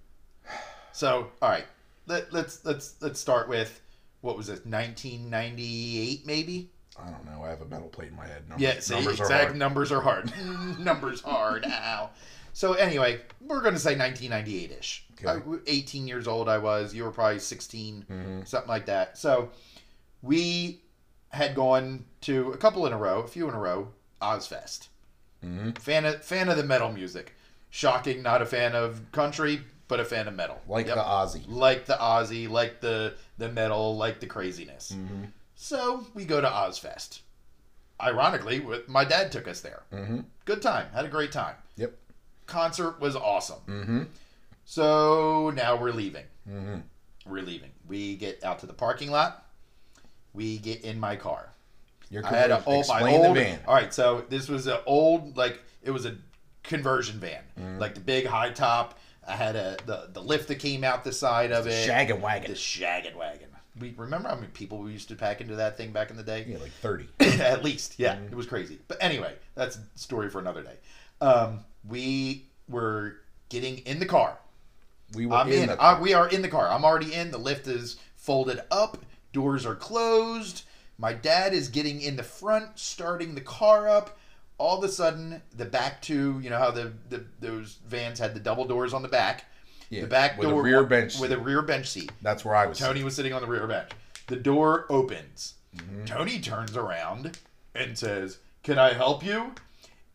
So, all right, let, let's let's let's start with what was this 1998 maybe?
I don't know. I have a metal plate in my head. Numbers,
Yeah, see,
numbers are
exact
hard.
numbers are hard. <laughs> numbers hard. Ow. So anyway, we're gonna say 1998 ish.
Okay.
18 years old I was. You were probably 16.
Mhm.
something like that. So we had gone to a couple in a row, a few in a row, Ozfest.
Mhm.
Fan of, fan of the metal music. Shocking, not a fan of country, but a fan of metal.
Like
Yep.
the Aussie.
like the Ozzy, like the the metal, like the craziness.
Mm-hmm.
So we go to Ozfest. Ironically, with my dad took us there.
Mm-hmm.
Good time, had a great time.
Yep.
Concert was awesome.
Mm-hmm.
So now we're leaving.
Mm-hmm.
We're leaving. We get out to the parking lot. We get in my car.
You're
I had an old, my
explain
old
the van.
All right, so this was an old, like it was a conversion van,
Mm-hmm.
like the big high top. I had a the, the lift that came out the side of it,
Shag and
the
wagon.
shaggin' wagon. We remember how many people we used to pack into that thing back in the day.
Yeah, Mm-hmm. like thirty.
<coughs> At least, yeah, it was crazy. But anyway, that's a story for another day. Um, we were getting in the car.
We were
I'm
in.
in.
the,
I, we are in the car. I'm already in. The lift is folded up. Doors are closed. My dad is getting in the front, starting the car up. All of a sudden, the back two. You know how the, the those vans had the double doors on the back.
yeah,
the back
with
door
a rear bench.
with a rear bench seat.
That's where I was.
Tony was sitting on the rear bench. The door opens.
Mm-hmm.
Tony turns around and says, "Can I help you?"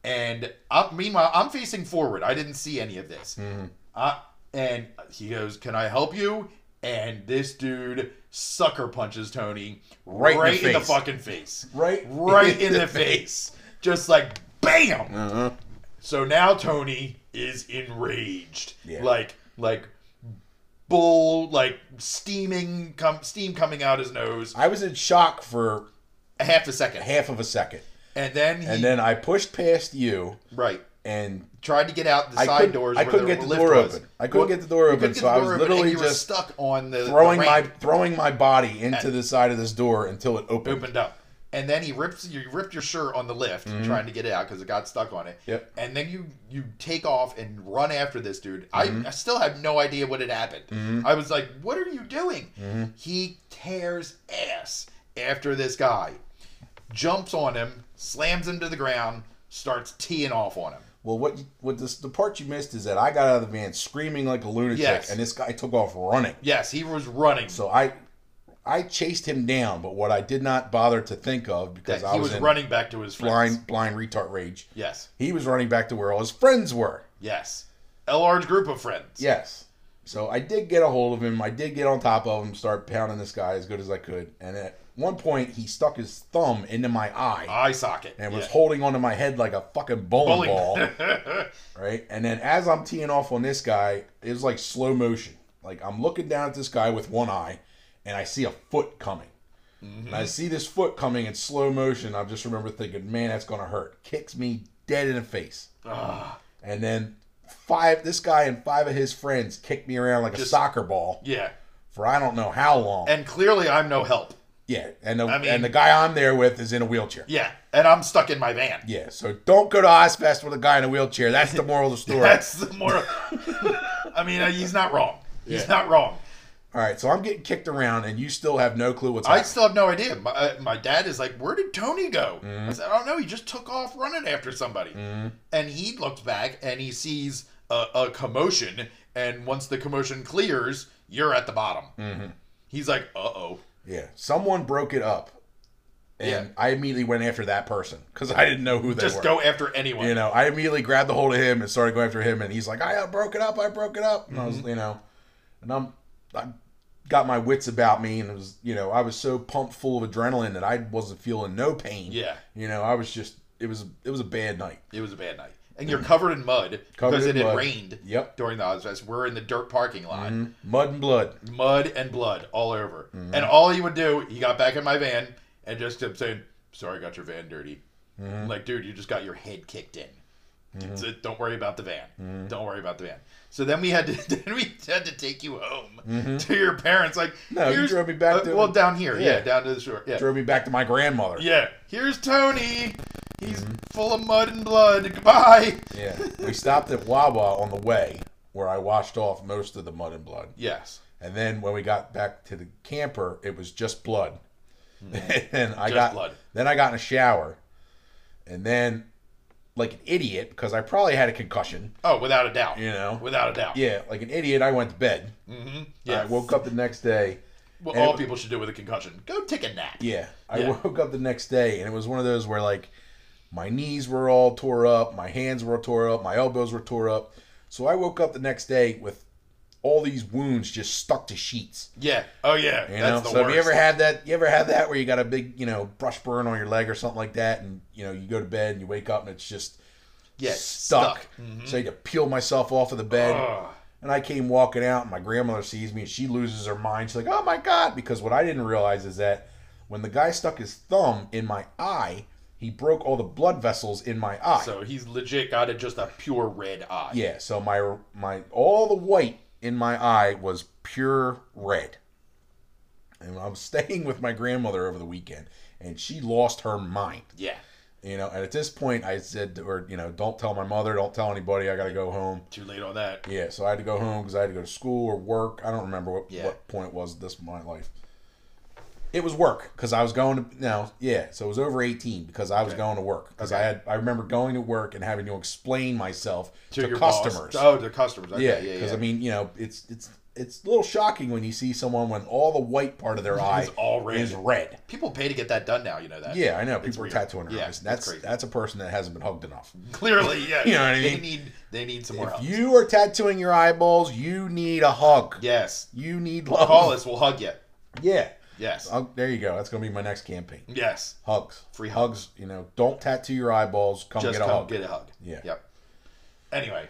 And i meanwhile, I'm facing forward. I didn't see any of this.
Mm-hmm.
I- and he goes, "Can I help you?" And this dude sucker punches Tony
Right
right,
in the
in, the
face.
fucking face.
Right. <laughs>
Right in the face. Just like bam.
Uh-huh.
So now Tony is enraged,
Yeah.
like like bull, like steaming, com- steam coming out his nose.
I was in shock for
Half a second,
half of a second,
and then he
and then I pushed past you,
right
and
tried to get out the
I
side
couldn't-
doors.
I
where
couldn't
the
get the
lift
door
was.
open. I couldn't
Well,
get the door
you
open,
couldn't get
so
the
I
door
was
open, and
literally
you were
just
stuck on the the
throwing my
ramp.
throwing my body into the side of this door until it opened.
opened up. And then he rips you ripped your shirt on the lift
Mm-hmm.
trying to get it out because it got stuck on it.
Yep.
And then you you take off and run after this dude.
Mm-hmm.
I, I still have no idea what had happened. I was like, "What are you doing?"
Mm-hmm.
He tears ass after this guy, jumps on him, slams him to the ground, starts teeing off on him.
Well, what what this, the part you missed is that I got out of the van screaming like a lunatic,
Yes.
and this guy took off running.
Yes, he was running.
So I I chased him down, but what I did not bother to think of because
that
I
he
was,
was
in
running back to his friends.
blind blind retard rage.
Yes,
He was running back to where all his friends were.
yes. A large group of friends.
Yes. So I did get a hold of him. I did get on top of him, start pounding this guy as good as I could. And at one point, he stuck his thumb into my eye
Eye socket.
and was
Yeah.
holding onto my head like a fucking bowling,
<laughs>
ball.
Bowling-
Right. And then as I'm teeing off on this guy, it was like slow motion. Like I'm looking down at this guy with one eye and I see a foot coming. And I see this foot coming in slow motion. I just remember thinking, man, that's going to hurt. Kicks me dead in the face.
Ah,
And then five, this guy and five of his friends kicked me around like a
Just-
soccer ball.
yeah.
for I don't know how long.
And clearly I'm no help.
yeah, and the,
I mean-
and the guy I'm there with is in a wheelchair.
Yeah. And I'm stuck in my van.
Yeah, so don't go to Ozfest with a guy in a wheelchair. That's the moral of the story.
<laughs> That's the more. I mean, uh, he's not wrong. He's not wrong.
All right, so I'm getting kicked around, and you still have no clue what's
I
happening.
still have no idea. My, uh, my dad is like, Where did Tony go?
Mm-hmm.
I said, I don't know. He just took off running after somebody. And he looks back and he sees a, a commotion. And once the commotion clears,
Mm-hmm.
you're at the bottom. He's like, Uh oh.
Yeah, someone broke it up. and
Yeah.
I immediately went after that person because I didn't know who they
Just
were.
go after anyone.
You know, I immediately grabbed the hold of him and started going after him, and he's like, "I broke it up, I broke it up," and I
Mm-hmm.
was, you know, and I'm, I got my wits about me, and it was, you know, I was so pumped full of adrenaline that I wasn't feeling no pain.
Yeah.
you know, I was just, it was, it was a bad night.
It was a bad night. And you're covered in mud
Mm-hmm. Covered
because
in
it had
mud. Mm-hmm.
rained
Yep,
during the Ozfest. We're in the dirt parking lot,
mud and blood.
mud and blood all over.
Mm-hmm.
And all he would do, he got back in my van and just kept saying, "Sorry, I got your van dirty."
Mm-hmm.
Like, dude, you just got your head kicked in. It's a- don't worry about the van.
Mm-hmm.
Don't worry about the van. So then we had to <laughs> then we had to take you home to your parents. Like,
Mm-hmm. No, you
here's-
drove me back
uh,
to-
well down here, yeah.
Yeah.
down to the shore, yeah.
Drove me back to my grandmother.
Yeah, here's Tony. He's
Mm-hmm.
full of mud and blood. Goodbye.
Yeah. we stopped at Wawa on the way, where I washed off most of the mud and blood.
Yes.
And then when we got back to the camper, it was just blood. <laughs> and I
Hmm. Just
got
blood.
then I got in a shower, and then like an idiot because I probably had a concussion.
Oh, without a doubt.
You know.
Without a doubt.
Yeah, like an idiot, I went to bed.
hmm
Yeah.
Yeah.
I woke up the next day.
what
and
all
it-
people should do with a concussion: go take a nap.
Yeah, I
Yeah.
woke up the next day, and it was one of those where like my knees were all tore up, my hands were tore up, my elbows were tore up. So I woke up the next day with all these wounds just stuck to sheets.
Yeah. Oh yeah.
You
That's
know,
the
so
worst.
have you ever had that? You ever had that where you got a big, you know, brush burn on your leg or something like that, and you know, you go to bed and you wake up and it's just
yeah, Mm-hmm.
stuck. So I had to peel myself off of the bed,
Ugh.
and I came walking out, and my grandmother sees me and she loses her mind. She's like, "Oh my god!" Because what I didn't realize is that when the guy stuck his thumb in my eye, he broke all the blood vessels in my eye.
So he's legit got it just a pure red eye.
yeah, so my my all the white in my eye was pure red. And I was <laughs> staying with my grandmother over the weekend, and she lost her mind.
Yeah.
You know, and at this point, I said, or you know, don't tell my mother, don't tell anybody. I got to go home.
Too late on that.
Yeah, so I had to go home because I had to go to school or work. I don't remember what,
Yeah.
what point it was at this point in my life. It was work because I was going to no, yeah. So it was over eighteen because I was
Okay.
going to work because I
Okay.
had I remember going to work and having to explain myself to,
your boss.
customers.
Oh, to customers. Okay,
yeah,
yeah.
because
yeah.
I mean, you know, it's it's it's a little shocking when you see someone when all the white part of their eye
It's all red.
is red.
people pay to get that done now. You know that.
Yeah, I know people are
weird.
tattooing their
Yeah,
eyes.
it's
and That's
crazy.
that's a person that hasn't been hugged enough.
<laughs> Clearly. Yeah.
<laughs> You know what I
They
mean?
need. They need some more
If
help.
you are tattooing your eyeballs, you need a hug.
Yes.
You need love.
Call us. We'll hug you.
Yeah.
Yes.
Oh, there you go. That's gonna be my next campaign.
Yes.
Hugs.
Free
hugs. You know, don't tattoo your eyeballs. Come
Just
get a
come
hug.
get a hug.
Yeah.
Yep. Anyway.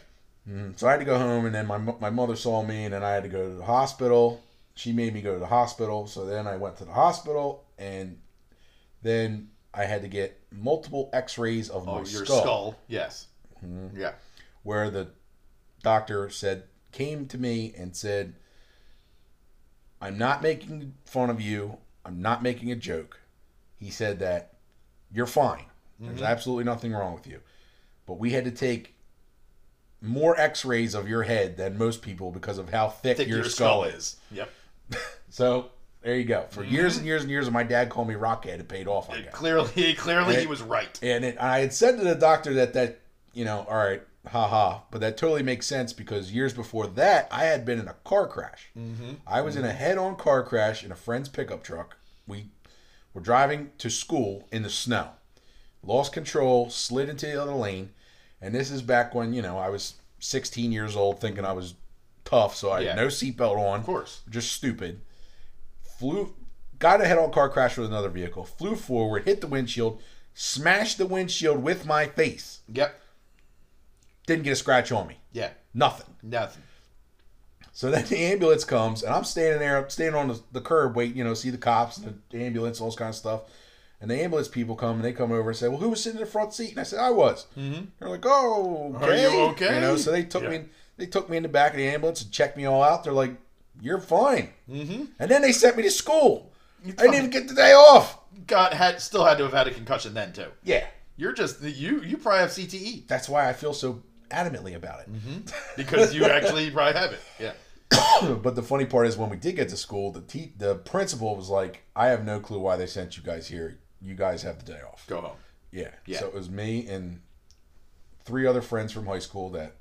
So I had to go home, and then my mo- my mother saw me, and then I had to go to the hospital. She made me go to the hospital. So then I went to the hospital, and then I had to get multiple X-rays of
Oh,
my
your
skull, Mm-hmm.
skull. Yes. Yeah.
where the doctor said came to me and said, "I'm not making fun of you. I'm not making a joke." He said that you're fine. There's absolutely nothing wrong with you. But we had to take more x-rays of your head than most people because of how thick,
Think
your, skull, is.
Yep.
So there you go. For years and years and years, my dad called me Rockhead. It paid off. I guess.
Clearly, <laughs> clearly he
It-
was right.
And it, I had said to the doctor that that you know, all right, haha, but that totally makes sense because years before that, I had been in a car crash.
Mm-hmm.
I was in a head-on car crash in a friend's pickup truck. We were driving to school in the snow, lost control, slid into the other lane, and this is back when you know I was 16 years old, thinking I was tough, so I
Yeah.
had no seatbelt on,
Of course.
just stupid. Flew, got a head-on car crash with another vehicle, flew forward, hit the windshield, smashed the windshield with my face.
Yep.
Didn't get a scratch on me,
Yeah.
nothing.
Nothing.
So then the ambulance comes, and I'm standing there, I'm standing on the, the curb, waiting, you know, see the cops and the ambulance, all this kind of stuff. And the ambulance people come and they come over and say, "Well, who was sitting in the front seat?" And I said, "I was." Mm-hmm. They're like, "Oh,
Are
okay.
you okay?
You know, so they took
Yeah.
me, they took me in the back of the ambulance and checked me all out. They're like, "You're fine."
Mhm.
And then they sent me to school. I didn't
fine.
even get the day off.
Got had still had to have had a concussion then too.
Yeah,
You're just you. You probably have E CTE
that's why I feel so adamantly about it.
because
<laughs>
you actually probably have it. Yeah. Mm-hmm.
<clears throat> but the funny part is when we did get to school, the te- the principal was like, "I have no clue why they sent you guys here. You guys have the day off."
Go home.
Yeah.
Yeah.
So it was me and three other friends from high school that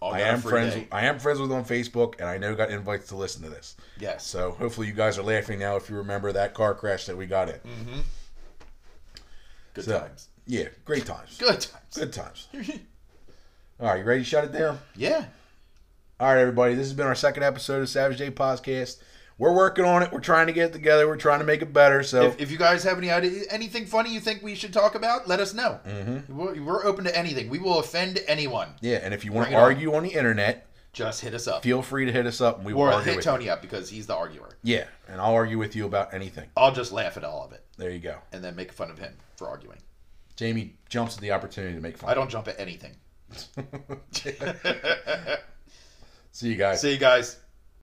All
I
got a
am
free
friends.
day.
I am friends with on Facebook, and I know got invites to listen to this.
Yes. Mm.
So hopefully you guys are laughing now if you remember that car crash that we got in.
Good
So-
times.
Yeah, great times.
Good times.
Good times. <laughs> All right, you ready to shut it down?
yeah.
All right, everybody. This has been our second episode of Savage Day Podcast. We're working on it. We're trying to get it together. We're trying to make it better. So
If, if you guys have any idea, anything funny you think we should talk about, let us know. Mm-hmm. We're, we're open to anything. We will offend anyone.
yeah, and if you want
Bring
to
it on.
argue on the internet,
Just hit us up.
feel free to hit us up and we will
Or
argue
hit
with you.
Tony up because he's the arguer.
Yeah, and I'll argue with you about anything.
I'll just laugh at all of it
There you go.
and then make fun of him for arguing.
Jamie jumps at the opportunity to make fun.
I don't jump at anything.
See you guys.
<laughs> See you guys.